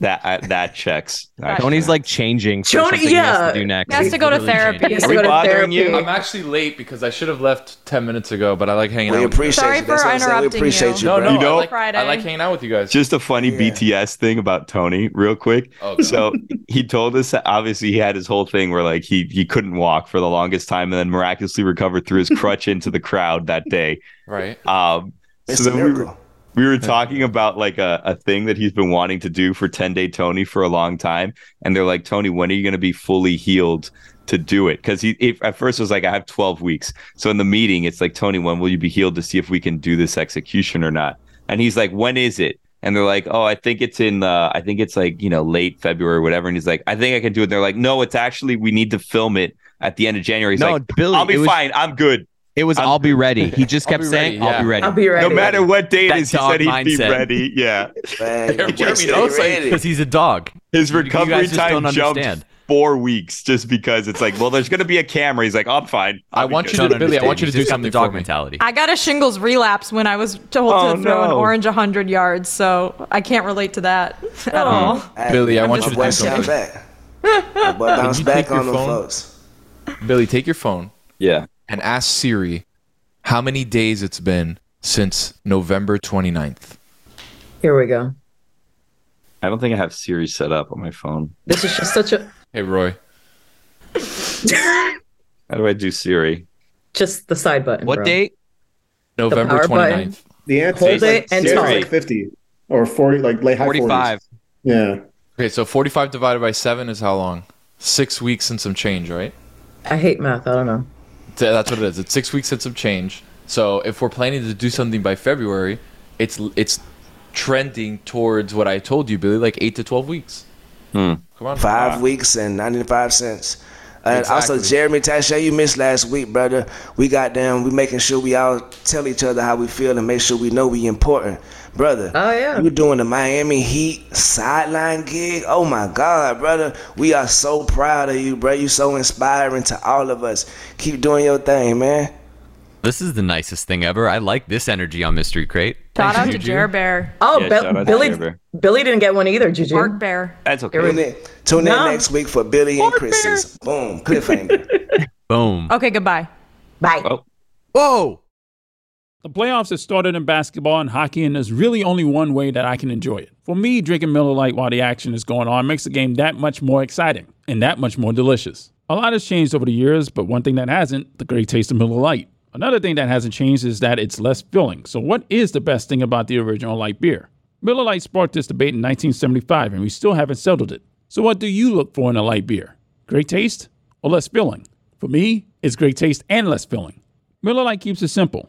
Speaker 4: That I, that checks.
Speaker 8: Tony's like changing. For
Speaker 4: Tony-
Speaker 8: something he has
Speaker 4: yeah.
Speaker 8: to do next.
Speaker 4: He has
Speaker 8: He's
Speaker 4: to go to
Speaker 8: literally
Speaker 4: therapy.
Speaker 8: changing.
Speaker 4: He has to Are we go to bothering therapy. you?
Speaker 1: I'm actually late because I should have left ten minutes ago, but I like hanging
Speaker 7: We
Speaker 1: out.
Speaker 7: appreciate
Speaker 1: with
Speaker 7: Sorry you. That's for what I'm saying. We interrupting appreciate you,
Speaker 1: No,
Speaker 7: you,
Speaker 1: no,
Speaker 7: bro. You
Speaker 1: I, like,
Speaker 7: know-
Speaker 1: I like hanging out with you guys.
Speaker 4: Just a funny BTS thing about Tony, real quick.
Speaker 1: Oh, God.
Speaker 4: so he told us that obviously he had his whole thing where like he he couldn't walk for the longest time and then miraculously recovered through his crutch into the crowd that day.
Speaker 1: Right.
Speaker 4: Um,
Speaker 7: It's
Speaker 4: so
Speaker 7: a
Speaker 4: then we were,
Speaker 7: miracle.
Speaker 4: we were talking about like a, a thing that he's been wanting to do for 10 Day Tony for a long time. And they're like, Tony, when are you going to be fully healed to do it? Because he if, at first was like, I have 12 weeks. So in the meeting, it's like, Tony, when will you be healed to see if we can do this execution or not? And he's like, when is it? And they're like, oh, I think it's in, uh, I think it's like, you know, late February or whatever. And he's like, I think I can do it. they're like, no, it's actually, we need to film it at the end of January. He's
Speaker 8: No,
Speaker 4: like,
Speaker 8: Billy,
Speaker 4: I'll be
Speaker 8: it was-
Speaker 4: fine. I'm good.
Speaker 8: It was I'll be ready. He just kept saying, I'll be ready.
Speaker 4: No matter what day it
Speaker 8: That
Speaker 4: is, he
Speaker 8: dog
Speaker 4: said he'd be
Speaker 8: mindset.
Speaker 4: ready. Yeah.
Speaker 7: Jeremy knows, like-
Speaker 4: because
Speaker 11: he's a dog.
Speaker 4: His recovery
Speaker 11: guys just
Speaker 4: time
Speaker 11: don't
Speaker 4: jumped
Speaker 11: understand.
Speaker 4: four weeks just because it's like, well, there's going to be a camera. He's like, "Oh, I'm fine. i
Speaker 11: want you to- Billy, I want you to do something for me. mentality.
Speaker 2: I got a shingles relapse when I was told
Speaker 4: Oh,
Speaker 2: to throw an
Speaker 4: no.
Speaker 2: orange 100 yards, so I can't relate to that
Speaker 4: Mm-hmm.
Speaker 2: at all.
Speaker 7: Oh.
Speaker 1: Billy, I
Speaker 7: I'm
Speaker 1: want
Speaker 7: just
Speaker 1: you to do
Speaker 7: watching
Speaker 1: something.
Speaker 7: back. But bounce
Speaker 1: you
Speaker 7: back
Speaker 1: take your
Speaker 7: on the
Speaker 1: phone?
Speaker 7: folks.
Speaker 1: Billy, take your phone.
Speaker 4: Yeah.
Speaker 1: And ask Siri how many days it's been since November 29th.
Speaker 3: Here we go.
Speaker 4: I don't think I have Siri set up on my phone.
Speaker 3: This is just such a
Speaker 1: Hey, Roy.
Speaker 4: How do I do Siri?
Speaker 3: just the side button.
Speaker 4: What
Speaker 3: bro.
Speaker 4: date?
Speaker 3: November power button. 29th.
Speaker 9: The answer
Speaker 3: Hold
Speaker 9: is like,
Speaker 3: it and
Speaker 9: the answer is
Speaker 3: talk.
Speaker 9: like 50 or 40, like late high
Speaker 1: 45.
Speaker 9: 40s. Yeah.
Speaker 1: Okay, so 45 divided by 7 is how long? Six weeks and some change, right?
Speaker 3: I hate math. I don't know.
Speaker 1: Th- That's what it is. It's six weeks and some change. So if we're planning to do something by February, it's it's trending towards what I told you, Billy, like 8 to 12 weeks. Come on.
Speaker 7: Five
Speaker 1: Wow.
Speaker 7: weeks and 95 cents. Uh, And also,
Speaker 1: Exactly.
Speaker 7: Jeremy Tasha, you missed last week, brother. We got down. We making sure we all tell each other how we feel and make sure we know we important, brother. Oh yeah. You doing the Miami Heat sideline gig? Oh my God, brother. We are so proud of you, bro. You so inspiring to all of us. Keep doing your thing, man.
Speaker 11: This is the nicest thing ever. I like this energy on Mystery Crate.
Speaker 2: Shout out to Jer Bear.
Speaker 3: Oh,
Speaker 11: Yeah,
Speaker 3: Bill-
Speaker 11: shout out to Jer
Speaker 3: Billy.
Speaker 11: Bear.
Speaker 3: Billy didn't get one either. Juju. Bark
Speaker 2: Bear.
Speaker 4: That's okay.
Speaker 7: Tune in, tune in
Speaker 3: No.
Speaker 7: next week for Billy and Chris's. Boom. Cliffhanger.
Speaker 11: Boom.
Speaker 2: Okay, goodbye.
Speaker 3: Bye.
Speaker 11: Whoa.
Speaker 10: The playoffs have started in basketball and hockey, and there's really only one way that I can enjoy it. For me, drinking Miller Lite while the action is going on makes the game that much more exciting and that much more delicious. A lot has changed over the years, but one thing that hasn't, the great taste of Miller Lite. Another thing that hasn't changed is that it's less filling. So, what is the best thing about the original light beer? Miller Lite sparked this debate in 1975, and we still haven't settled it. So, what do you look for in a light beer? Great taste or less filling? For me, it's great taste and less filling. Miller Lite keeps it simple,